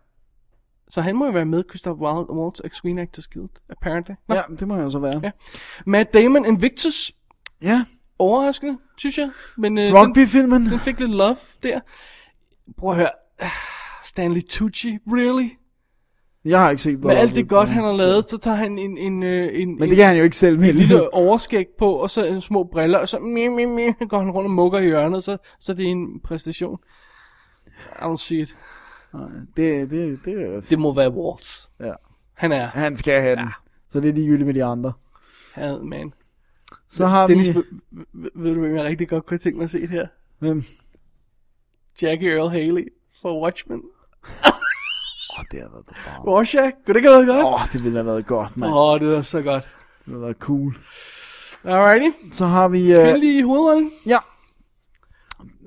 Speaker 3: Så han må jo være med, Christoph Wild Awards af Screen Actors Guild, apparently. Nå. Ja.
Speaker 4: ja, det må jeg jo så være.
Speaker 3: Ja. Matt Damon Invictus,
Speaker 4: Ja,
Speaker 3: overraskende, synes jeg. Men øh, den,
Speaker 4: rugbyfilmen.
Speaker 3: den fik lidt love der. Prøv at høre, Ah, Stanley Tucci, really?
Speaker 4: Jeg har ikke set
Speaker 3: Med
Speaker 4: Rugby
Speaker 3: alt det godt, han har
Speaker 4: Bones.
Speaker 3: lavet, så tager han en, en, øh, en,
Speaker 4: Men
Speaker 3: en
Speaker 4: det kan han jo ikke selv med.
Speaker 3: lille overskæg på, og så en små briller, og så mi, mi, mi, går han rundt og mukker i hjørnet, så, så det er en præstation. I don't see it.
Speaker 4: Det, det, det, det,
Speaker 3: Det må være Waltz.
Speaker 4: ja.
Speaker 3: Han er
Speaker 4: Han skal have den. Så det er ligegyldigt med de andre.
Speaker 3: had, man.
Speaker 4: Så har
Speaker 3: Dennis,
Speaker 4: Ah, vi...
Speaker 3: ved- ved- ved du, hvem jeg rigtig godt kunne tænke mig at se det her?
Speaker 4: Hvem?
Speaker 3: Jackie Earl Haley fra Watchmen.
Speaker 4: Åh, det har været godt.
Speaker 3: Rorschach, kunne det ikke have været godt?
Speaker 4: Åh, det ville have været godt, mand.
Speaker 3: Åh, oh, det er så godt.
Speaker 4: Det ville have været cool.
Speaker 3: Alrighty,
Speaker 4: Så har vi... øh,
Speaker 3: kvindelig i hovedrollen.
Speaker 4: Ja.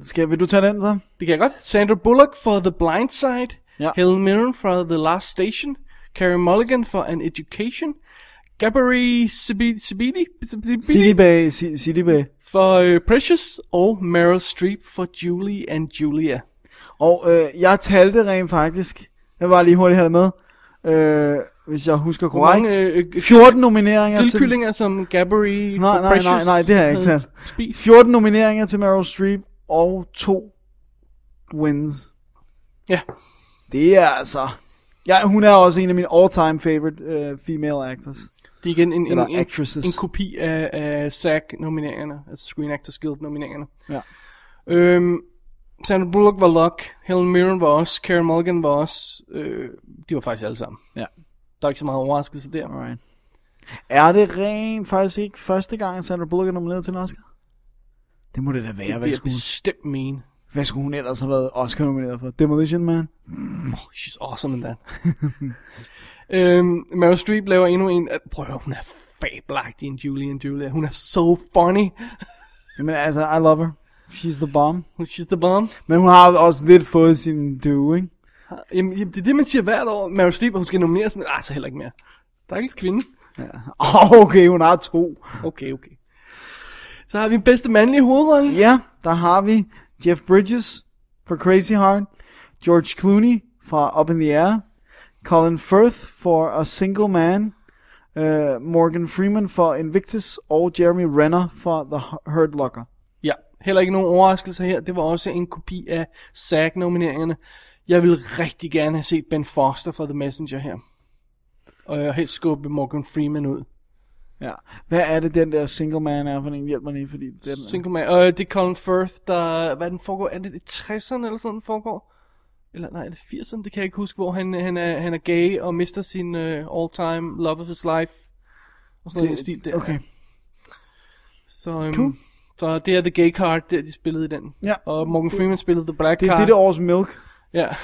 Speaker 4: Skal, vil du tage den så?
Speaker 3: Det kan jeg godt. Sandra Bullock for The Blind Side.
Speaker 4: Ja.
Speaker 3: Helen Mirren for The Last Station. Carey Mulligan for An Education. Gabri Sibi- Sibili Sibili-
Speaker 4: City Bay, Ci- City Bay.
Speaker 3: for øh, Precious. Og Meryl Streep for Julie and Julia.
Speaker 4: Og øh, jeg talte rent faktisk, jeg var lige hurtigt her med, øh, hvis jeg husker korrekt,
Speaker 3: mange, øh, øh,
Speaker 4: 14 nomineringer til...
Speaker 3: Grillkyllinger som Gabri
Speaker 4: Nej, nej, nej, nej, det har jeg ikke talt.
Speaker 3: Spis.
Speaker 4: 14 nomineringer til Meryl Streep og to wins.
Speaker 3: Ja,
Speaker 4: Det er altså... Ja, hun er også en af mine all-time favorite uh, female actors.
Speaker 3: det er igen en, en,
Speaker 4: Eller
Speaker 3: en,
Speaker 4: actresses.
Speaker 3: en kopi af, af SAG-nomineringerne, altså Screen Actors Guild-nomineringerne.
Speaker 4: Ja.
Speaker 3: Øhm, Sandra Bullock var Locke, Helen Mirren var også, Karen Mulligan var også, øh, de var faktisk alle sammen.
Speaker 4: Ja.
Speaker 3: Der er ikke så meget overraskelse der.
Speaker 4: Alright. Er det rent faktisk ikke første gang, Sandra Bullock er nomineret til en Oscar? Det må det da være.
Speaker 3: Det
Speaker 4: Hvad
Speaker 3: vil jeg
Speaker 4: skulle,
Speaker 3: bestemt mene.
Speaker 4: hvad skulle hun ellers have været Oscar-nomineret for? Demolition Man?
Speaker 3: Oh, she's awesome in that. øhm, Meryl Streep laver endnu en, øh, prøv at høre, hun er fabelagtig i en Julie and Julia. Hun er so funny.
Speaker 4: Jamen altså, I love her. She's the bomb.
Speaker 3: She's the bomb.
Speaker 4: Men hun har også lidt fået sin due, ikke?
Speaker 3: Jamen, jamen, det er det, man siger hvert år. Meryl Streep, hun skal nomineres, men ah, så heller ikke mere. Stakkels kvinde.
Speaker 4: Åh, okay, hun har to.
Speaker 3: Okay, okay. Så har vi bedste mandlige hovedrolle.
Speaker 4: Ja, der har vi Jeff Bridges for Crazy Heart, George Clooney fra Up in the Air, Colin Firth for A Single Man, uh, Morgan Freeman for Invictus, og Jeremy Renner for The Hurt Locker.
Speaker 3: Ja, heller ikke nogen overraskelse her. Det var også en kopi af SAG-nomineringerne. Jeg ville rigtig gerne have set Ben Foster fra The Messenger her. Og jeg helst skubbe Morgan Freeman ud.
Speaker 4: Ja. Hvad er det, den der Single Man er for en? Hjælp mig lige, fordi den
Speaker 3: Single man. Øh, det er Colin Firth, der... Hvad er den foregår? Er det i 60'erne eller sådan, den foregår? Eller nej, er det 80'erne? Det kan jeg ikke huske, hvor han, han, er, øh, han er gay og mister sin uh, all-time love of his life. Og sådan noget i den stil der.
Speaker 4: Okay.
Speaker 3: Så, øhm,
Speaker 4: Cool.
Speaker 3: så det er The Gay Card, der de spillede i den.
Speaker 4: Ja.
Speaker 3: Og Morgan Freeman spillede The Black
Speaker 4: Det er
Speaker 3: Card.
Speaker 4: dette års milk.
Speaker 3: Ja.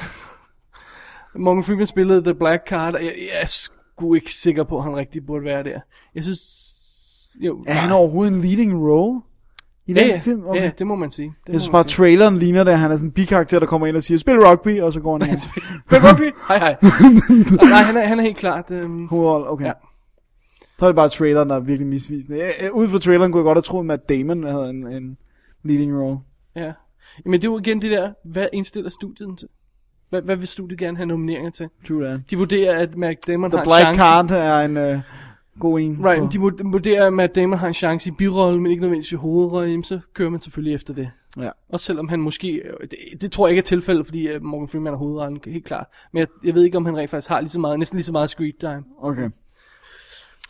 Speaker 3: Morgan Freeman spillede The Black Card, og jeg, jeg er sgu ikke sikker på, at han rigtig burde være der. Jeg synes... Jo,
Speaker 4: Er han overhovedet en leading role? I
Speaker 3: ja,
Speaker 4: den
Speaker 3: ja,
Speaker 4: film? Okay.
Speaker 3: ja, det må man sige. Det må
Speaker 4: Jeg synes
Speaker 3: man
Speaker 4: bare, traileren ligner det, at han er sådan en bikarakter, der kommer ind og siger, spil rugby, og så går han ind.
Speaker 3: Bill Rugby? Hej, hej. Ah, Nej, nej, han er, han er helt klart... Øhm,
Speaker 4: Hovedrolle, okay.
Speaker 3: Ja.
Speaker 4: Ja. Så er det bare traileren, der er virkelig misvisende. Øh, øh, Ud fra traileren kunne jeg godt have troet, at Damon havde en, en leading role.
Speaker 3: ja. Men det er jo igen det der, hvad indstiller studiet den til? Hvad, hvad vil studiet gerne have nomineringer til?
Speaker 4: True that.
Speaker 3: De vurderer, at Matt Damon
Speaker 4: The
Speaker 3: har
Speaker 4: Black
Speaker 3: en chance.
Speaker 4: Card er en øh, god en.
Speaker 3: Right,
Speaker 4: på-
Speaker 3: men de vur- vurderer, at Matt Damon har en chance i birollen, men ikke nødvendigvis i hovedrollen, jamen, så kører man selvfølgelig efter det.
Speaker 4: Ja.
Speaker 3: Og selvom han måske, øh, det, det tror jeg ikke er tilfældet, fordi øh, Morgan Freeman er hovedrollen, helt klart. Men jeg, jeg ved ikke, om han rent faktisk har lige så meget, næsten lige så meget screen time.
Speaker 4: Okay.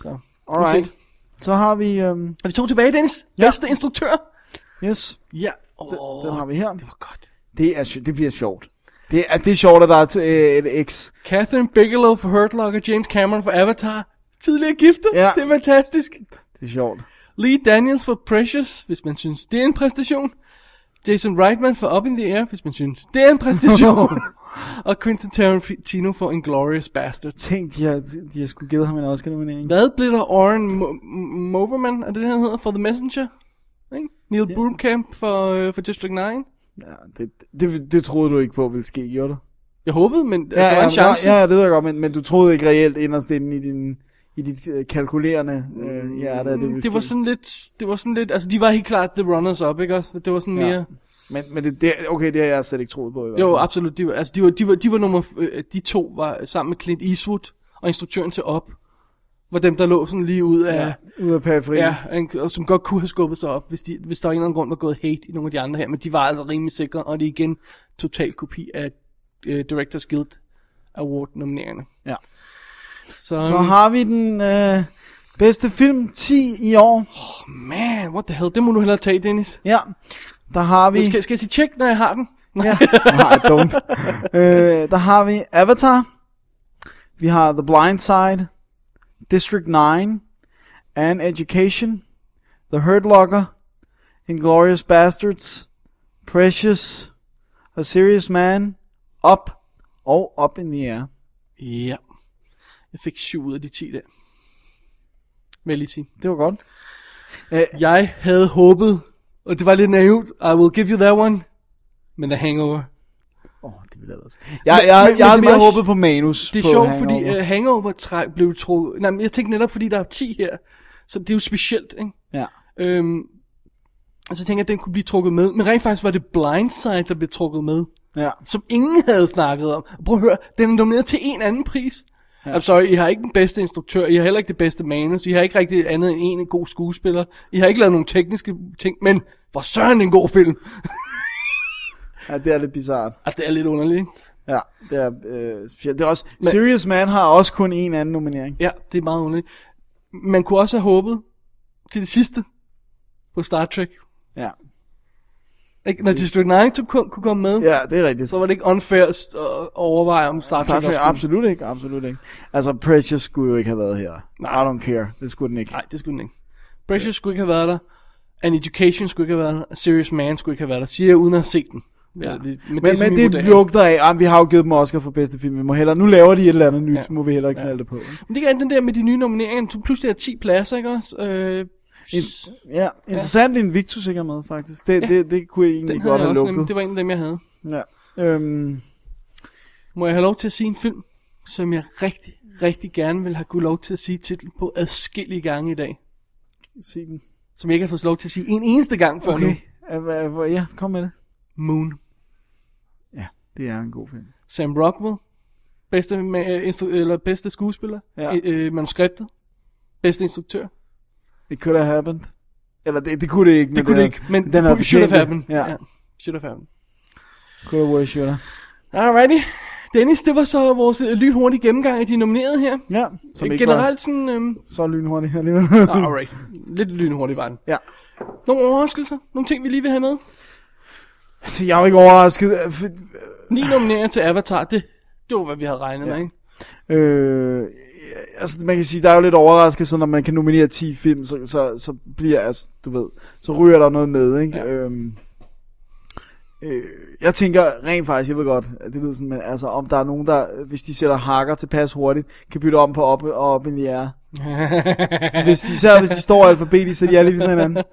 Speaker 3: Så,
Speaker 4: Alright.
Speaker 3: uanset.
Speaker 4: Så har vi, øhm,
Speaker 3: Er vi to tilbage, Dennis? Ja. Bedste instruktør?
Speaker 4: yes,
Speaker 3: Ja. Oh,
Speaker 4: den har vi her.
Speaker 3: Det var godt.
Speaker 4: Det, er, sj- det bliver sjovt. Det er, det er sjovt, at der er t- øh, et X.
Speaker 3: Catherine Bigelow for Hurt Locker, James Cameron for Avatar. Tidligere gifte.
Speaker 4: Ja.
Speaker 3: Det er fantastisk.
Speaker 4: Det er sjovt.
Speaker 3: Lee Daniels for Precious, hvis man synes, det er en præstation. Jason Reitman for Up in the Air, hvis man synes, det er en præstation. og Quentin Tarantino for Inglourious Bastards.
Speaker 4: Tænk, de har, de har sgu givet ham en Oscar-nominering.
Speaker 3: Hvad blev der Oren Mo- M- Moverman, er det det, han hedder, for The Messenger? Ikke? Neil yeah. Blomkamp for, øh, for District 9?
Speaker 4: Ja, det, det, det troede du ikke på ville ske, gjorde du?
Speaker 3: Jeg håbede, men ja,
Speaker 4: Ja,
Speaker 3: der var
Speaker 4: ja,
Speaker 3: en chance.
Speaker 4: ja, ja, det ved jeg godt, men, men du troede ikke reelt inderst inde i din i dit øh, kalkulerende øh, hjerte, at det ville
Speaker 3: Mm, det var
Speaker 4: ske.
Speaker 3: sådan lidt, det var sådan lidt, altså de var helt klart the runners up, ikke også? Det var sådan
Speaker 4: Ja.
Speaker 3: mere,
Speaker 4: Men, men det, det, okay, det har jeg slet ikke troet på i hvert
Speaker 3: Jo,
Speaker 4: fald.
Speaker 3: absolut. De var, altså, de var, de var, de var nummer, f- øh, de to var sammen med Clint Eastwood og instruktøren til op, var dem, der lå sådan lige ud af,
Speaker 4: Ja, ude af periferien.
Speaker 3: ja, en- og som godt kunne have skubbet sig op, hvis, de, hvis der var en eller anden grund, der var gået hate i nogle af de andre her, men de var altså rimelig sikre, og det er igen total kopi af uh, Directors Guild Award nominerende.
Speaker 4: Ja.
Speaker 3: Så,
Speaker 4: Så har vi den øh, bedste film 10 i år.
Speaker 3: man, what the hell, det må du hellere tage, Dennis.
Speaker 4: Ja, der har vi...
Speaker 3: Skal, skal jeg sige tjek, når jeg har den?
Speaker 4: Ja. Nej, don't. øh, der har vi Avatar. Vi har The Blind Side. District 9. An Education. The Hurt Locker. Inglourious Bastards. Precious. A Serious Man. Up. Og Up in the Air.
Speaker 3: Ja. Jeg fik syv ud af de 10 der. Vil jeg lige sige.
Speaker 4: Det var godt.
Speaker 3: Jeg havde håbet, og det var lidt naivt, I will give you that one, men der hangover.
Speaker 4: Åh, oh, det ville ellers. Jeg, jeg,
Speaker 3: men-
Speaker 4: jeg, jeg har
Speaker 3: men det
Speaker 4: lige
Speaker 3: var-
Speaker 4: håbet på manus.
Speaker 3: Det er
Speaker 4: på
Speaker 3: sjovt,
Speaker 4: Hangover.
Speaker 3: fordi uh, hangover træ, blev troet... Nej, men jeg tænkte netop, fordi der er 10 her, så det er jo specielt, ikke?
Speaker 4: Ja.
Speaker 3: Øhm, og så tænkte jeg, at den kunne blive trukket med. Men rent faktisk var det Blindside, der blev trukket med.
Speaker 4: Ja.
Speaker 3: Som ingen havde snakket om. Prøv at høre, den er nomineret til en anden pris. Ja. I'm sorry, I har ikke den bedste instruktør, I har heller ikke det bedste manus, I har ikke rigtig andet end en god skuespiller, I har ikke lavet nogle tekniske ting, men hvor søren en god film.
Speaker 4: ja, det er lidt bizart.
Speaker 3: Altså, det er lidt underligt, ikke?
Speaker 4: Ja, det er, øh, specielt. det er også, Men, Serious Man har også kun en anden nominering.
Speaker 3: Ja, det er meget underligt. Man kunne også have håbet til det sidste på Star Trek.
Speaker 4: Ja,
Speaker 3: Ikke? Når District 9 to- kunne kunne komme med, ja.
Speaker 4: ja det er rigtigt.
Speaker 3: så var det ikke unfair at s- at overveje, om Star Trek,
Speaker 4: Star Trek,
Speaker 3: også kunne-
Speaker 4: absolut ikke, absolut ikke. Altså, Precious skulle jo ikke have været her.
Speaker 3: Nej.
Speaker 4: I don't care. Det skulle den ikke.
Speaker 3: Nej, det skulle den ikke. Precious skulle ikke have været der. An Education skulle ikke have været der. A Serious Man skulle ikke have været der. Siger jeg uden at have set den. Ja. Men,
Speaker 4: Men, men
Speaker 3: sådan min
Speaker 4: det,
Speaker 3: vurdering.
Speaker 4: lugter af, at vi har jo givet dem Oscar for bedste film. Vi må hellere, nu laver de et eller andet nyt,
Speaker 3: Ja.
Speaker 4: ja. så må vi hellere knalde det på. ikke?
Speaker 3: Men det er den der med de nye nomineringer. Du pludselig er 10 pladser, ikke også? Øh,
Speaker 4: En, ja, interessant ja. Invictus ikke er med, faktisk. Det, ja. det, det kunne jeg egentlig
Speaker 3: den
Speaker 4: godt
Speaker 3: havde jeg
Speaker 4: have
Speaker 3: også, nemlig.
Speaker 4: lugtet.
Speaker 3: det var en af dem, jeg havde.
Speaker 4: Ja. Øhm,
Speaker 3: Må jeg have lov til at sige en film, som jeg rigtig, rigtig gerne vil have kunne lov til at sige titlen på adskillige gange i dag.
Speaker 4: sig den.
Speaker 3: Som jeg ikke har fået lov til at sige en eneste gang før
Speaker 4: Okay.
Speaker 3: nu.
Speaker 4: Ja, hva- hva- Ja, kom med det.
Speaker 3: Moon.
Speaker 4: Ja, det er en god film.
Speaker 3: Sam Rockwell. Bedste, ma- øh, instru- eller bedste skuespiller.
Speaker 4: Ja.
Speaker 3: Øh, øh, manuskriptet. Bedste instruktør.
Speaker 4: It could have happened. Eller det, det kunne det ikke. men
Speaker 3: Det kunne det
Speaker 4: den-
Speaker 3: ikke, men
Speaker 4: den
Speaker 3: den
Speaker 4: havde
Speaker 3: er should have
Speaker 4: fortjent
Speaker 3: happened.
Speaker 4: det. Ja.
Speaker 3: ja. Should have happened.
Speaker 4: Could have, would have, should have.
Speaker 3: Alrighty. Dennis, det var så vores øh, lynhurtige gennemgang af de nominerede her.
Speaker 4: Ja, som ikke
Speaker 3: Generelt sådan... Øhm, ah,
Speaker 4: var så lynhurtigt alligevel.
Speaker 3: alright. Lidt lynhurtig var den.
Speaker 4: ja.
Speaker 3: Nogle overraskelser? Nogle ting, vi lige vil have med?
Speaker 4: Så Altså, jeg er jo ikke overrasket. øh, f-
Speaker 3: Ni nomineringer til Avatar, det, det var, hvad vi havde regnet ja. med, ikke?
Speaker 4: Øh, altså, man kan sige, der er jo lidt overraskelse, når man kan nominere 10 film, så, så, så bliver, altså, du ved, så ryger der noget med, ikke? Ja. Øhm, øh, jeg tænker rent faktisk, jeg ved godt, at det lyder sådan, men altså, om der er nogen, der, hvis de sætter hakker tilpas hurtigt, kan bytte om på op og op i the air. hvis de, især hvis de står alfabetisk, så de er lige ved sådan hinanden.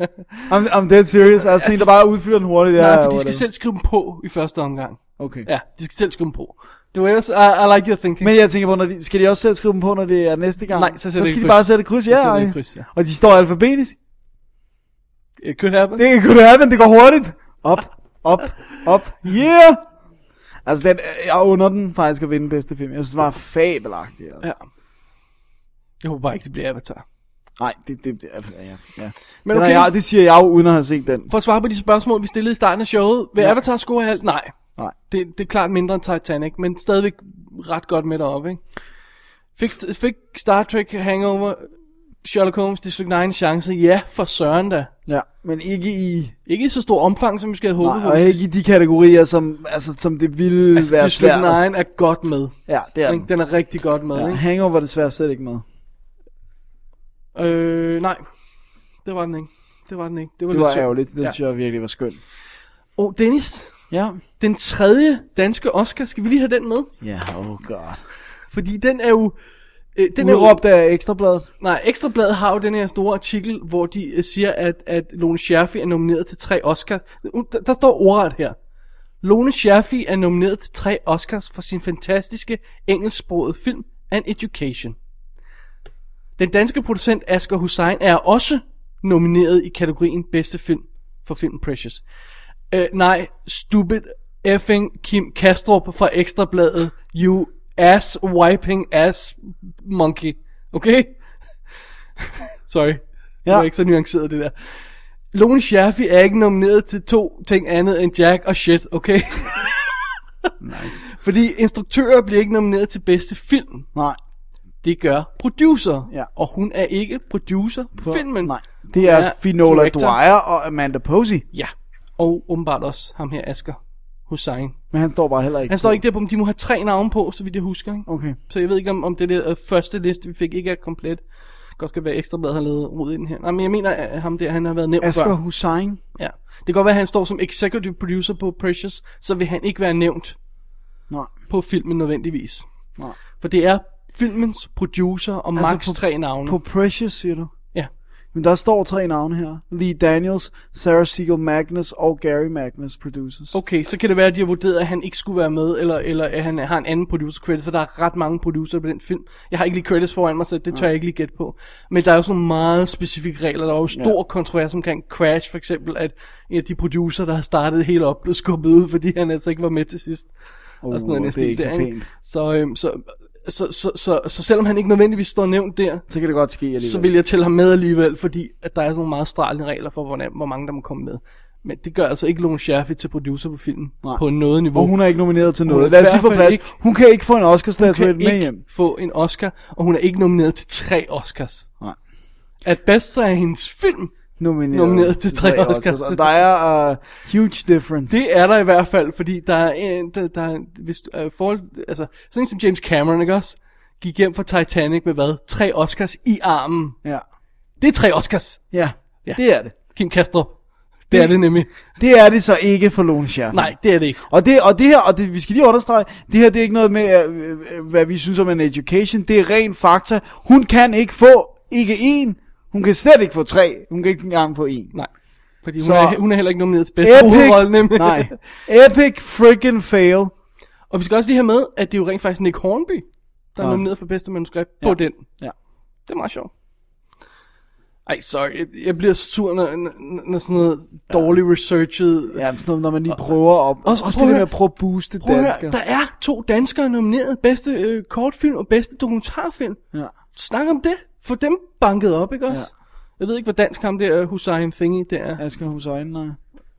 Speaker 4: I'm, I'm dead serious. Altså, sådan en, der bare udfylder den hurtigt. ja,
Speaker 3: Nej, for de
Speaker 4: whatever.
Speaker 3: skal selv skrive dem på i første omgang.
Speaker 4: Okay.
Speaker 3: Ja, de skal selv skrive dem på. Du ellers, I, I like your thinking.
Speaker 4: Men jeg tænker på, når de, skal de også selv skrive dem på, når det er næste gang?
Speaker 3: Nej, så sætter
Speaker 4: Der
Speaker 3: de
Speaker 4: skal de
Speaker 3: kryds.
Speaker 4: bare sætte kryds, ja.
Speaker 3: sætter de
Speaker 4: og-
Speaker 3: kryds, ja.
Speaker 4: Og de står alfabetisk.
Speaker 3: It could happen.
Speaker 4: Det kan kunne happen, det går hurtigt. Op, op, op. Yeah! Altså, den, jeg under den faktisk at vinde bedste film. Jeg synes, det var fabelagtigt. Altså.
Speaker 3: Ja. Jeg håber bare ikke, det bliver Avatar.
Speaker 4: Nej, det, det, det ja, ja, ja.
Speaker 3: Men
Speaker 4: Men okay.
Speaker 3: okay.
Speaker 4: jeg, det siger jeg jo, uden at have set den.
Speaker 3: For at svare på de spørgsmål, vi stillede i starten af showet, vil ja. Avatar score alt? Nej.
Speaker 4: Nej.
Speaker 3: Det, det er klart mindre end Titanic, men stadigvæk ret godt med deroppe, ikke? Fik, fik Star Trek Hangover Sherlock Holmes District 9 en chance? Ja, for søren da.
Speaker 4: Ja. Men ikke i,
Speaker 3: Ikke i så stor omfang, som vi skal håbe
Speaker 4: nej, og ikke i de kategorier, som, altså, som det ville
Speaker 3: altså,
Speaker 4: være
Speaker 3: District
Speaker 4: svært.
Speaker 3: 9 er godt med.
Speaker 4: Ja, det er
Speaker 3: Ikke?
Speaker 4: den.
Speaker 3: Den er rigtig godt med,
Speaker 4: Ja,
Speaker 3: ikke?
Speaker 4: hangover var desværre slet ikke med.
Speaker 3: Øh, nej. Det var den ikke. Det var den ikke. Det var,
Speaker 4: Det
Speaker 3: lidt
Speaker 4: var
Speaker 3: sjovt.
Speaker 4: ærgerligt. Det
Speaker 3: Ja.
Speaker 4: synes jeg virkelig var skønt.
Speaker 3: Oh, Dennis.
Speaker 4: Ja.
Speaker 3: Den tredje danske Oscar. Skal vi lige have den med?
Speaker 4: Ja, oh god.
Speaker 3: Fordi den er jo... Øh, den er jo
Speaker 4: Udråbt af Ekstrabladet.
Speaker 3: nej, Ekstrabladet har jo den her store artikel, hvor de øh, siger, at, at Lone Scherfi er nomineret til tre Oscars. Uh, Der, der står ordret her. Lone Scherfi er nomineret til tre Oscars for sin fantastiske engelsksprogede film An Education. Den danske producent Asger Hussein er også nomineret i kategorien bedste film for filmen Precious. Øh, nej, stupid effing Kim Kastrup fra Ekstrabladet. You ass wiping ass monkey. Okay? Sorry. Ja.
Speaker 4: Ja.
Speaker 3: Det var ikke så nuanceret det der. Lone Scherfi er ikke nomineret til to ting andet end Jack og shit, okay? nice. Fordi instruktører bliver ikke nomineret til bedste film.
Speaker 4: Nej.
Speaker 3: Det gør producer.
Speaker 4: Ja.
Speaker 3: Og hun er ikke producer på, på filmen.
Speaker 4: Nej. Det er
Speaker 3: Ja,
Speaker 4: Finola
Speaker 3: director.
Speaker 4: Dwyer og Amanda Posey.
Speaker 3: Ja. Og åbenbart også ham her, Asger Hussein.
Speaker 4: Men han står bare heller ikke.
Speaker 3: Han står ikke der på, men de må have tre navne på, så vidt jeg husker. Ikke?
Speaker 4: Okay.
Speaker 3: Så jeg ved ikke, om, om det der øh, første liste, vi fik, ikke er komplet. Det kan Godt skal være ekstra blad, har lavet rod ind her. Nej, men jeg mener, at ham der, han har været nævnt
Speaker 4: Asger
Speaker 3: før.
Speaker 4: Hussein.
Speaker 3: Ja. Det kan godt være, at han står som executive producer på Precious, så vil han ikke være nævnt
Speaker 4: Nej.
Speaker 3: på filmen nødvendigvis.
Speaker 4: Nej.
Speaker 3: For det er filmens producer og altså
Speaker 4: Altså,
Speaker 3: max
Speaker 4: på-
Speaker 3: tre navne.
Speaker 4: På Precious, siger du?
Speaker 3: Ja.
Speaker 4: Men der står tre navne her. Lee Daniels, Sarah Siegel Magnus og Gary Magnus producers.
Speaker 3: Okay, så kan det være, at de har vurderet, at han ikke skulle være med, eller, eller at han har en anden producer credit, for der er ret mange producer på den film. Jeg har ikke lige credits foran mig, så det tør jeg ikke lige gætte på. Men der er jo sådan nogle meget specifikke regler. Der var jo stor ja. kontrovers omkring Crash, for eksempel, at en af de producer, der har startet helt op, blev skubbet ud, fordi han altså ikke var med til sidst.
Speaker 4: Uh,
Speaker 3: i den
Speaker 4: det er
Speaker 3: stil
Speaker 4: ikke så
Speaker 3: der,
Speaker 4: pænt.
Speaker 3: Så, øhm, så, så, så, så, så, så, selvom han ikke nødvendigvis står nævnt der,
Speaker 4: Så kan det godt ske alligevel.
Speaker 3: så vil jeg tælle ham med alligevel, fordi at der er sådan nogle meget stralende regler for, hvor, hvor mange der må komme med. Men det gør altså ikke Lone Scherfi til producer på filmen
Speaker 4: Nej.
Speaker 3: på noget niveau.
Speaker 4: Og hun er ikke nomineret til
Speaker 3: Hun er
Speaker 4: noget. Lad os lige
Speaker 3: i hvert
Speaker 4: få
Speaker 3: fald
Speaker 4: plads.
Speaker 3: ikke-
Speaker 4: Hun kan ikke få en
Speaker 3: kan
Speaker 4: Oscar-statuet med
Speaker 3: ikke
Speaker 4: hjem.
Speaker 3: få en Oscar, og hun er ikke nomineret til tre Oscars.
Speaker 4: Nej.
Speaker 3: At bedst så er hendes film,
Speaker 4: Nomineret,
Speaker 3: Nomineret til tre Oscars.
Speaker 4: Og der er uh, huge difference.
Speaker 3: det er der i hvert fald, fordi der er en, der, der er, hvis du, øh, forhold, altså, sådan en som James Cameron, ikke også? Gik hjem fra Titanic med hvad? Tre Oscars i armen.
Speaker 4: Ja.
Speaker 3: Det er tre Oscars,
Speaker 4: ja.
Speaker 3: Ja.
Speaker 4: Det er det.
Speaker 3: Kim Kastrup. Det, det er det nemlig.
Speaker 4: Det Altså- er det så ikke for Lone Scherf.
Speaker 3: Nej, det er det ikke.
Speaker 4: Og det, og det her, og det, vi skal lige understrege, det her det er ikke noget med, øh, øh, hvad vi synes om en education, det er ren fakta. Hun kan ikke få, ikke en, hun kan slet ikke få tre, hun kan ikke engang få en.
Speaker 3: Nej. Fordi hun,
Speaker 4: Så-
Speaker 3: er, hun er heller ikke nomineret til bedste hovedrolle,
Speaker 4: Epic,
Speaker 3: nemlig.
Speaker 4: nej, epic freaking fail.
Speaker 3: Og vi skal også lige have med, at det er jo rent faktisk Nick Hornby, der er
Speaker 4: Også.
Speaker 3: nomineret for bedste manuskript ja. på
Speaker 4: Ja.
Speaker 3: den.
Speaker 4: Ja.
Speaker 3: Det er meget sjovt. Ej, sorry. jeg- Jeg bliver så sur, når, når- når sådan noget ja. dårligt researchet...
Speaker 4: Ja, men sådan noget, når man lige prøver op.
Speaker 3: Også-
Speaker 4: Også,
Speaker 3: prøv
Speaker 4: også
Speaker 3: at
Speaker 4: det der med
Speaker 3: høre-
Speaker 4: at prøve at booste
Speaker 3: Prøv at
Speaker 4: dansker.
Speaker 3: høre, der er to danskere nomineret. Bedste øh, kortfilm og bedste dokumentarfilm.
Speaker 4: Ja.
Speaker 3: Snak om det. Få dem banket op, ikke også? Ja. Jeg ved ikke, hvor dansk ham der øh, Hussein Thingy det er.
Speaker 4: Asger Hussein, nej.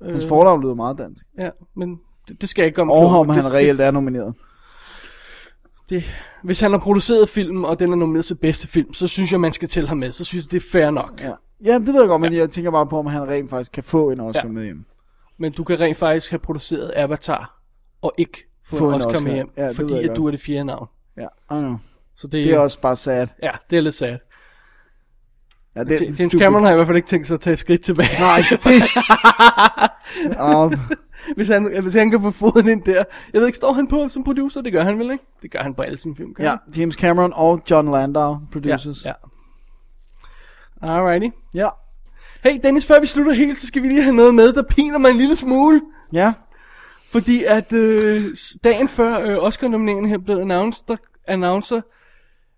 Speaker 3: Øh.
Speaker 4: Hans fornavn lyder meget dansk.
Speaker 3: Ja, men det, det skal jeg ikke komme
Speaker 4: Og
Speaker 3: klog på.
Speaker 4: om
Speaker 3: Det-
Speaker 4: han reelt er nomineret.
Speaker 3: Det, hvis han har produceret filmen, og den er nomineret til bedste film, så synes jeg, man skal tælle ham med. Så synes jeg, det er fair nok.
Speaker 4: Ja. ja, det ved jeg godt, men jeg tænker bare på, om han rent faktisk kan få en Oscar
Speaker 3: Ja.
Speaker 4: med hjem.
Speaker 3: Men du kan rent faktisk have produceret Avatar, og ikke få,
Speaker 4: Få
Speaker 3: en
Speaker 4: en
Speaker 3: Oscar, med
Speaker 4: Oscar.
Speaker 3: hjem,
Speaker 4: Ja, det ved
Speaker 3: fordi
Speaker 4: jeg
Speaker 3: at
Speaker 4: godt.
Speaker 3: du er det fjerde navn.
Speaker 4: Ja, I know.
Speaker 3: Så det,
Speaker 4: Det er også bare sad.
Speaker 3: Ja, det er lidt sad.
Speaker 4: Ja, det, det er
Speaker 3: James
Speaker 4: stupid.
Speaker 3: Cameron har i hvert fald ikke tænkt sig at tage et skridt tilbage.
Speaker 4: Nej, det... oh,
Speaker 3: hvis, han, hvis han kan få foden ind der. Jeg ved ikke, står han på som producer? Det gør han vel ikke? Det gør han på alle sine film, gør
Speaker 4: ja,
Speaker 3: han?
Speaker 4: James Cameron og John Landau, producers.
Speaker 3: ja, ja. Alrighty.
Speaker 4: ja.
Speaker 3: Hey Dennis, før vi slutter helt, så skal vi lige have noget med, der piner mig en lille smule.
Speaker 4: ja.
Speaker 3: Fordi at øh, s- dagen før øh, Oscar-nomineringen her blev announced, der announcer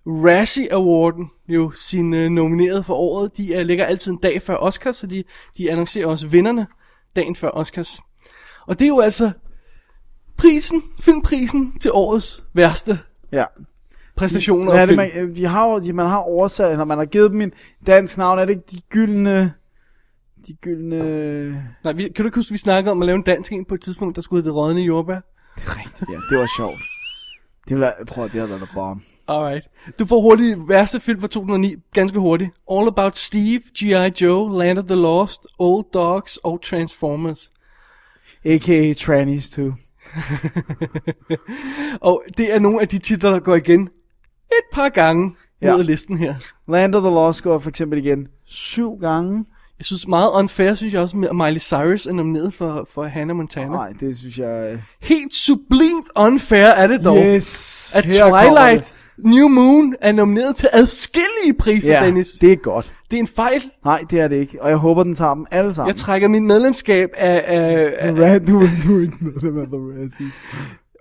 Speaker 3: Razzie Awarden jo sin øh, nomineret for året. De øh, ligger altid en dag før Oscars, så de, de annoncerer også vinderne dagen før Oscars. Og det er jo altså prisen, filmprisen til årets værste
Speaker 4: ja.
Speaker 3: præstationer
Speaker 4: Hvad er
Speaker 3: af
Speaker 4: det,
Speaker 3: film.
Speaker 4: man, øh, vi har, jo- man har oversat, når man har givet dem en dansk navn, er det ikke de gyldne... De gyldne...
Speaker 3: Nej, vi, kan du ikke huske, vi snakkede om at lave en dansk en på et tidspunkt, der skulle hedde Det Rådne Jordbær?
Speaker 4: Ja, det var sjovt. Det ville, jeg tror, det havde været the bomb.
Speaker 3: Alright. Du får hurtigt værste film fra 2009, ganske hurtigt. All About Steve, G.I. Joe, Land of the Lost, Old Dogs og Transformers.
Speaker 4: A.k.a. Trannies 2.
Speaker 3: Og det er nogle af de titler, der går igen et par gange ja.
Speaker 4: Ja.
Speaker 3: ned ad listen her.
Speaker 4: Land of the Lost går for eksempel igen syv gange.
Speaker 3: Jeg synes meget unfair, synes jeg også, at Miley Cyrus er nomineret for, for Hannah Montana.
Speaker 4: Nej, det synes jeg... øh,
Speaker 3: Helt sublimt unfair er det dog.
Speaker 4: Yes!
Speaker 3: at
Speaker 4: her kommer
Speaker 3: Twilight
Speaker 4: det.
Speaker 3: New Moon er nomineret til adskillige priser,
Speaker 4: Ja,
Speaker 3: Dennis. Det...
Speaker 4: det er godt.
Speaker 3: det er en fejl.
Speaker 4: Nej, det er det ikke. Og jeg håber, den tager dem alle sammen.
Speaker 3: Jeg trækker min medlemskab af, af, af
Speaker 4: Hvad du du er ikke medlem af The Razzies.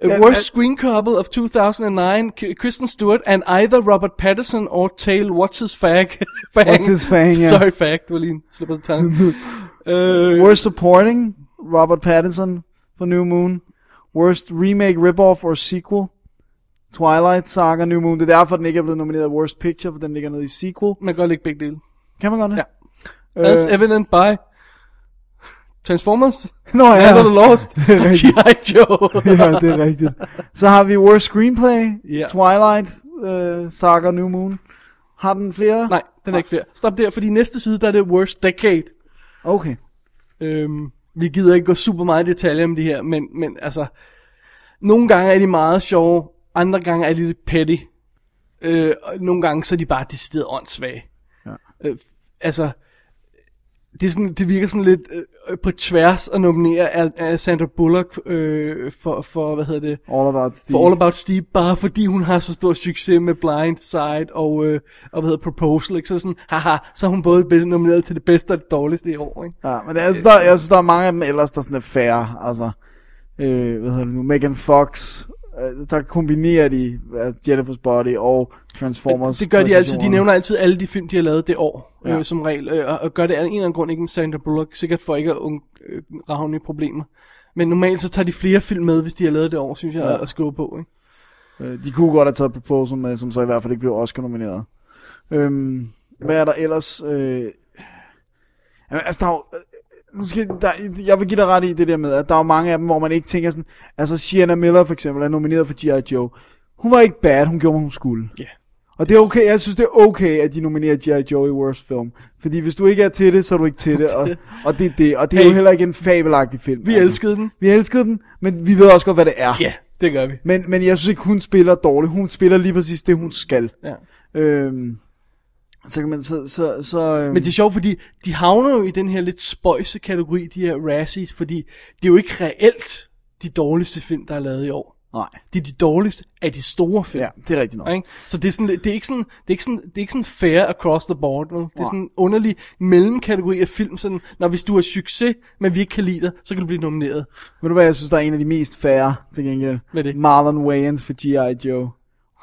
Speaker 3: A
Speaker 4: Ja,
Speaker 3: worst
Speaker 4: al-
Speaker 3: screen couple of 2009, K- Kristen Stewart and either Robert Pattinson or Tail What's His Fag. fag.
Speaker 4: What's His Fag, ja.
Speaker 3: Sorry, fag. Det var lige en slip af tanken. øh,
Speaker 4: Worst supporting, Robert Pattinson for New Moon. Worst remake, rip-off or sequel, Twilight Saga New Moon. Det er derfor, den ikke er blevet nomineret i Worst Picture, for den ligger nede i sequel.
Speaker 3: man kan godt lægge begge dele.
Speaker 4: Kan man godt det?
Speaker 3: Ja.
Speaker 4: Øh.
Speaker 3: As evident by Transformers,
Speaker 4: Nå ja,
Speaker 3: Land of the Lost, G.I. Joe.
Speaker 4: ja, det er rigtigt. Så har vi Worst Screenplay,
Speaker 3: Ja.
Speaker 4: Twilight øh, Saga New Moon. Har den flere?
Speaker 3: Nej, den er ikke flere. Stop der, for de næste side, der er det worst decade.
Speaker 4: Okay.
Speaker 3: Øhm, vi gider ikke gå super meget i detaljer om det her, men, men altså, nogle gange er de meget sjove, andre gange er de lidt petty, øh, og nogle gange så er de bare decideret åndssvage. Ja. Øh, f- altså, det, er sådan, det virker sådan lidt øh, på tværs at nominere af, af Sandra Bullock øh, for, for, hvad hedder det,
Speaker 4: All About Steve.
Speaker 3: for All About Steve, bare fordi hun har så stor succes med Blind Side og, øh, og hvad hedder Proposal, ikke? Så er det sådan, haha, så er hun både be- nomineret til det bedste og det dårligste i år, ikke?
Speaker 4: Ja, men det er, altså, der,
Speaker 3: øh,
Speaker 4: jeg synes, der er mange af dem ellers, der sådan er færre. Altså, øh, hvad hedder det nu, Megan Fox, øh, der kombinerer de altså Jennifer's Body og Transformers.
Speaker 3: Det gør de altid. De
Speaker 4: præstationer.
Speaker 3: nævner altid alle de film, de har lavet det år, ja.
Speaker 4: Ja.
Speaker 3: øh, som regel. Øh, og, og gør det af en eller anden grund ikke med Sandra Bullock. Sikkert for ikke at un- øh, ravne i problemer. Men normalt så tager de flere film med, hvis de har lavet det år, synes jeg, ja. at skubbe på. Ikke?
Speaker 4: Øh, de kunne godt have taget Proposal med, som så i hvert fald ikke blev Oscar-nomineret. Øhm, hvad er der ellers? Øh, jamen, altså, der er jo, øh, nu skal, der, jeg vil give dig ret i det der med, at der er jo mange af dem, hvor man ikke tænker sådan... Altså, Sienna Miller for eksempel er nomineret for G.I. Joe. Hun var ikke bad, hun gjorde, hvad hun skulle.
Speaker 3: Ja.
Speaker 4: Og det er okay, jeg synes det er okay, at de nominerer G.I. Joe i Worst Film. Fordi hvis du ikke er til det, så er du ikke til det. Og, og det er det. Og det er
Speaker 3: Hey.
Speaker 4: jo heller ikke en fabelagtig film. Altså,
Speaker 3: Vi elskede den.
Speaker 4: Vi elskede den, men vi ved også godt, hvad det er.
Speaker 3: det gør vi.
Speaker 4: Men, men jeg synes ikke, hun spiller dårligt. Hun spiller lige præcis det, hun skal.
Speaker 3: Ja.
Speaker 4: Øhm, så kan man så... så, så øhm,
Speaker 3: Men det er sjovt, fordi de havner jo i den her lidt spøjse kategori, de her Razzies, fordi det er jo ikke reelt de dårligste film, der er lavet i år.
Speaker 4: Nej,
Speaker 3: Det er de dårligste af de store film.
Speaker 4: ja, det er rigtigt nok.
Speaker 3: Ikke? Så det er, sådan, lidt- det, er ikke sådan, det, er ikke sådan, det er ikke sådan fair across the board. Nu. Det er
Speaker 4: Nej.
Speaker 3: sådan en underlig mellemkategori af film. Sådan, når hvis du har succes, men vi ikke kan lide dig, så kan du blive nomineret.
Speaker 4: Ved du hvad, jeg synes, der er en af de mest færre, til gengæld?
Speaker 3: Hvad er det?
Speaker 4: Marlon Wayans for G.I. Joe.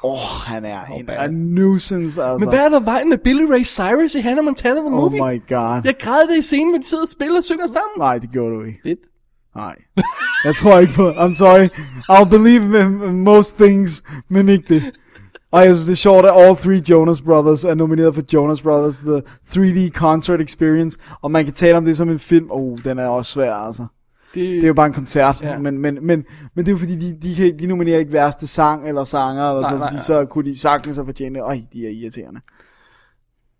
Speaker 4: Åh, oh, han er en
Speaker 3: bad.
Speaker 4: a nuisance, altså.
Speaker 3: Men hvad er der vejen med Billy Ray Cyrus i Hannah Montana The
Speaker 4: Oh
Speaker 3: Movie?
Speaker 4: my god.
Speaker 3: Jeg græd ved i scenen, hvor de sidder og spiller og synger sammen.
Speaker 4: Nej, det gjorde du ikke.
Speaker 3: Lidt.
Speaker 4: Nej. Jeg tror ikke på I'm sorry. I'll believe in most things, men ikke det. Og jeg synes, det er sjovt, at all three Jonas Brothers er nomineret for Jonas Brothers The 3D Concert Experience. Og man kan tale om det som en film. Oh, den er også svær, altså. Det er jo bare en koncert,
Speaker 3: Ja.
Speaker 4: ja. men, men, men, men det er jo fordi, de, de, kan, ikke- de nominerer ikke værste sang eller sanger, eller sådan,
Speaker 3: nej,
Speaker 4: nej, fordi
Speaker 3: nej.
Speaker 4: så kunne de sagtens have fortjent det. Øj, de er irriterende.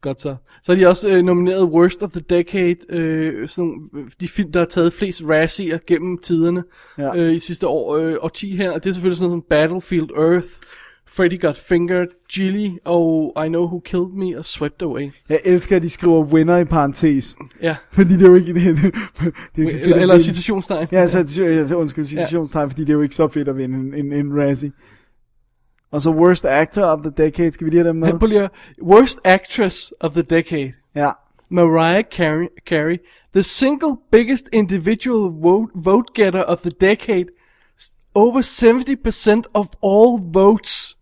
Speaker 3: Godt så. Så er de også øh, nomineret Worst of the Decade, øh, sådan, øh, de film, der har taget flest Razzier gennem tiderne
Speaker 4: Ja.
Speaker 3: øh, i sidste år øh, og 10 her. Og det er selvfølgelig sådan noget som Battlefield Earth, Freddy Got Fingered, Gilly og I Know Who Killed Me og Swept Away.
Speaker 4: Jeg elsker, at de skriver winner i parentes.
Speaker 3: Ja,
Speaker 4: Fordi det er jo ikke... Det, det, det er jo ikke så fedt
Speaker 3: eller,
Speaker 4: at
Speaker 3: eller
Speaker 4: vinde.
Speaker 3: citationstegn.
Speaker 4: Ja, så, altså, undskyld, citationstegn, fordi det er jo ikke så fedt at vinde en, en, en Razzie. Og så Worst Actor of the Decade, skal vi lige have dem med?
Speaker 3: Han på lige at- Worst Actress of the Decade.
Speaker 4: Ja.
Speaker 3: Mariah Carey, Carey, the single biggest individual vote, vote getter of the decade, s- over 70% of all votes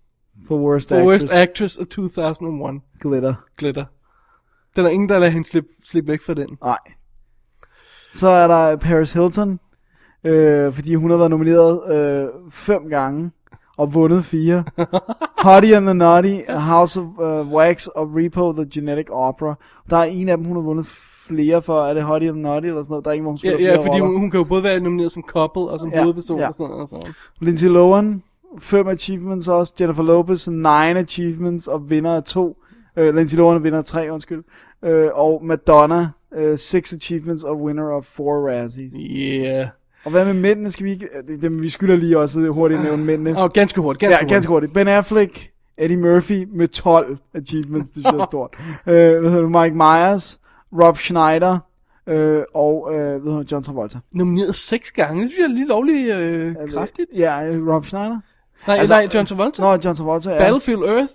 Speaker 4: For Worst
Speaker 3: for
Speaker 4: Actress.
Speaker 3: Worst Actress of 2001.
Speaker 4: Glitter.
Speaker 3: Glitter. Der er ingen, der lader hende slippe slip væk fra den.
Speaker 4: Nej. Så er der Paris Hilton, øh, fordi hun har været nomineret øh, fem gange og vundet fire. Hottie and the Naughty, House of uh, Wax og Repo the Genetic Opera. Der er en af dem, hun har vundet flere for. Er det Hottie and the Naughty eller sådan noget? Der er en, hvor hun
Speaker 3: Ja,
Speaker 4: spiller
Speaker 3: ja
Speaker 4: flere
Speaker 3: fordi
Speaker 4: roller.
Speaker 3: hun, hun kan jo både være nomineret som couple og som
Speaker 4: Ja,
Speaker 3: ja, hovedperson
Speaker 4: ja.
Speaker 3: ja. og sådan noget. Og sådan.
Speaker 4: Lindsay Lohan, fem achievements også. Jennifer Lopez, nine achievements og vinder af to. Øh, Lindsay Lohan er vinder af tre, undskyld. Øh, og Madonna, øh, six achievements og winner of four Razzies.
Speaker 3: Yeah.
Speaker 4: Og hvad med mændene? Skal vi ikke... øh, det- Dem, vi skylder lige også hurtigt at nævne mændene.
Speaker 3: Og ganske hurtigt, ganske
Speaker 4: ja, ganske hurtigt. Ben Affleck, Eddie Murphy med 12 achievements, det synes jeg er stort. øh, hvad hedder du? Mike Myers, Rob Schneider øh, og øh, hvad hedder du, John Travolta.
Speaker 3: Nomineret seks gange, det synes jeg er lige lovligt øh, kraftigt.
Speaker 4: Ja, øh, Rob Schneider.
Speaker 3: Nej,
Speaker 4: altså-
Speaker 3: altså, nej, John Travolta.
Speaker 4: Nå, John Travolta, ja.
Speaker 3: Battlefield Earth?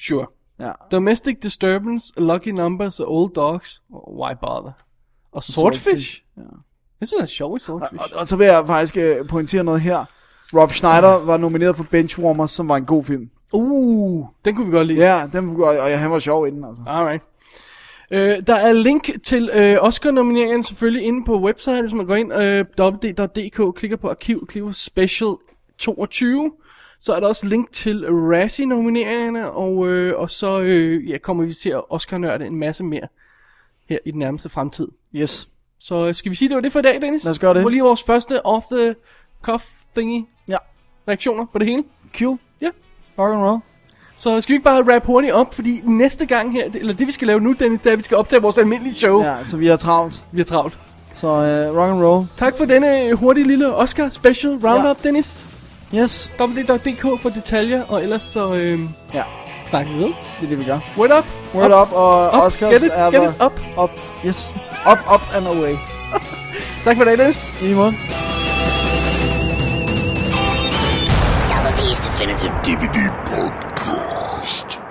Speaker 3: Sure.
Speaker 4: Ja.
Speaker 3: Domestic Disturbance, Lucky Numbers og Old Dogs. Why bother? Og Swordfish. Swordfish.
Speaker 4: Ja.
Speaker 3: Jeg synes, det er sjovt, Swordfish.
Speaker 4: Og, og så vil jeg faktisk øh, pointere noget her. Rob Schneider var nomineret for Benchwarmers, som var en god film.
Speaker 3: Uh, den kunne vi godt lide.
Speaker 4: Ja, den, og, og ja, han var sjov inden, altså.
Speaker 3: Alright. Øh, der er link til øh, Oscar-nomineringen selvfølgelig inde på website, hvis man går ind øh, www.dk, klikker på arkiv, klikker på special 22. Så er der også link til Razzie-nomineringerne, og, øh, og så øh, ja, kommer vi til at Oscar-nørde en masse mere her i den nærmeste fremtid.
Speaker 4: Yes.
Speaker 3: Så øh, skal vi sige, det var det for i dag, Dennis?
Speaker 4: Lad os gøre det.
Speaker 3: Det var lige vores første off-the-cuff-thingy.
Speaker 4: Ja.
Speaker 3: Reaktioner på det hele.
Speaker 4: Q.
Speaker 3: Ja.
Speaker 4: Rock and roll.
Speaker 3: Så øh, skal vi ikke bare rap hurtigt op, fordi næste gang her, det- eller det vi skal lave nu, Dennis, det er, at vi skal optage vores almindelige show.
Speaker 4: Ja, så vi har travlt.
Speaker 3: Vi er travlt.
Speaker 4: Så øh, rock and roll.
Speaker 3: Tak for denne øh, hurtige lille Oscar special roundup, ja. Dennis.
Speaker 4: Yes.
Speaker 3: www.dk for detaljer, og ellers så øh,
Speaker 4: Ja,
Speaker 3: snakker vi ved.
Speaker 4: det er det, vi gør.
Speaker 3: Word up!
Speaker 4: Word
Speaker 3: up,
Speaker 4: up, og
Speaker 3: up.
Speaker 4: Oscars
Speaker 3: Get it,
Speaker 4: er
Speaker 3: get
Speaker 4: der.
Speaker 3: it up.
Speaker 4: Up, yes. Up, up and away.
Speaker 3: Tak for i dag, Dennis.
Speaker 4: I lige måde.
Speaker 2: Double D's Definitive
Speaker 1: DVD podcast.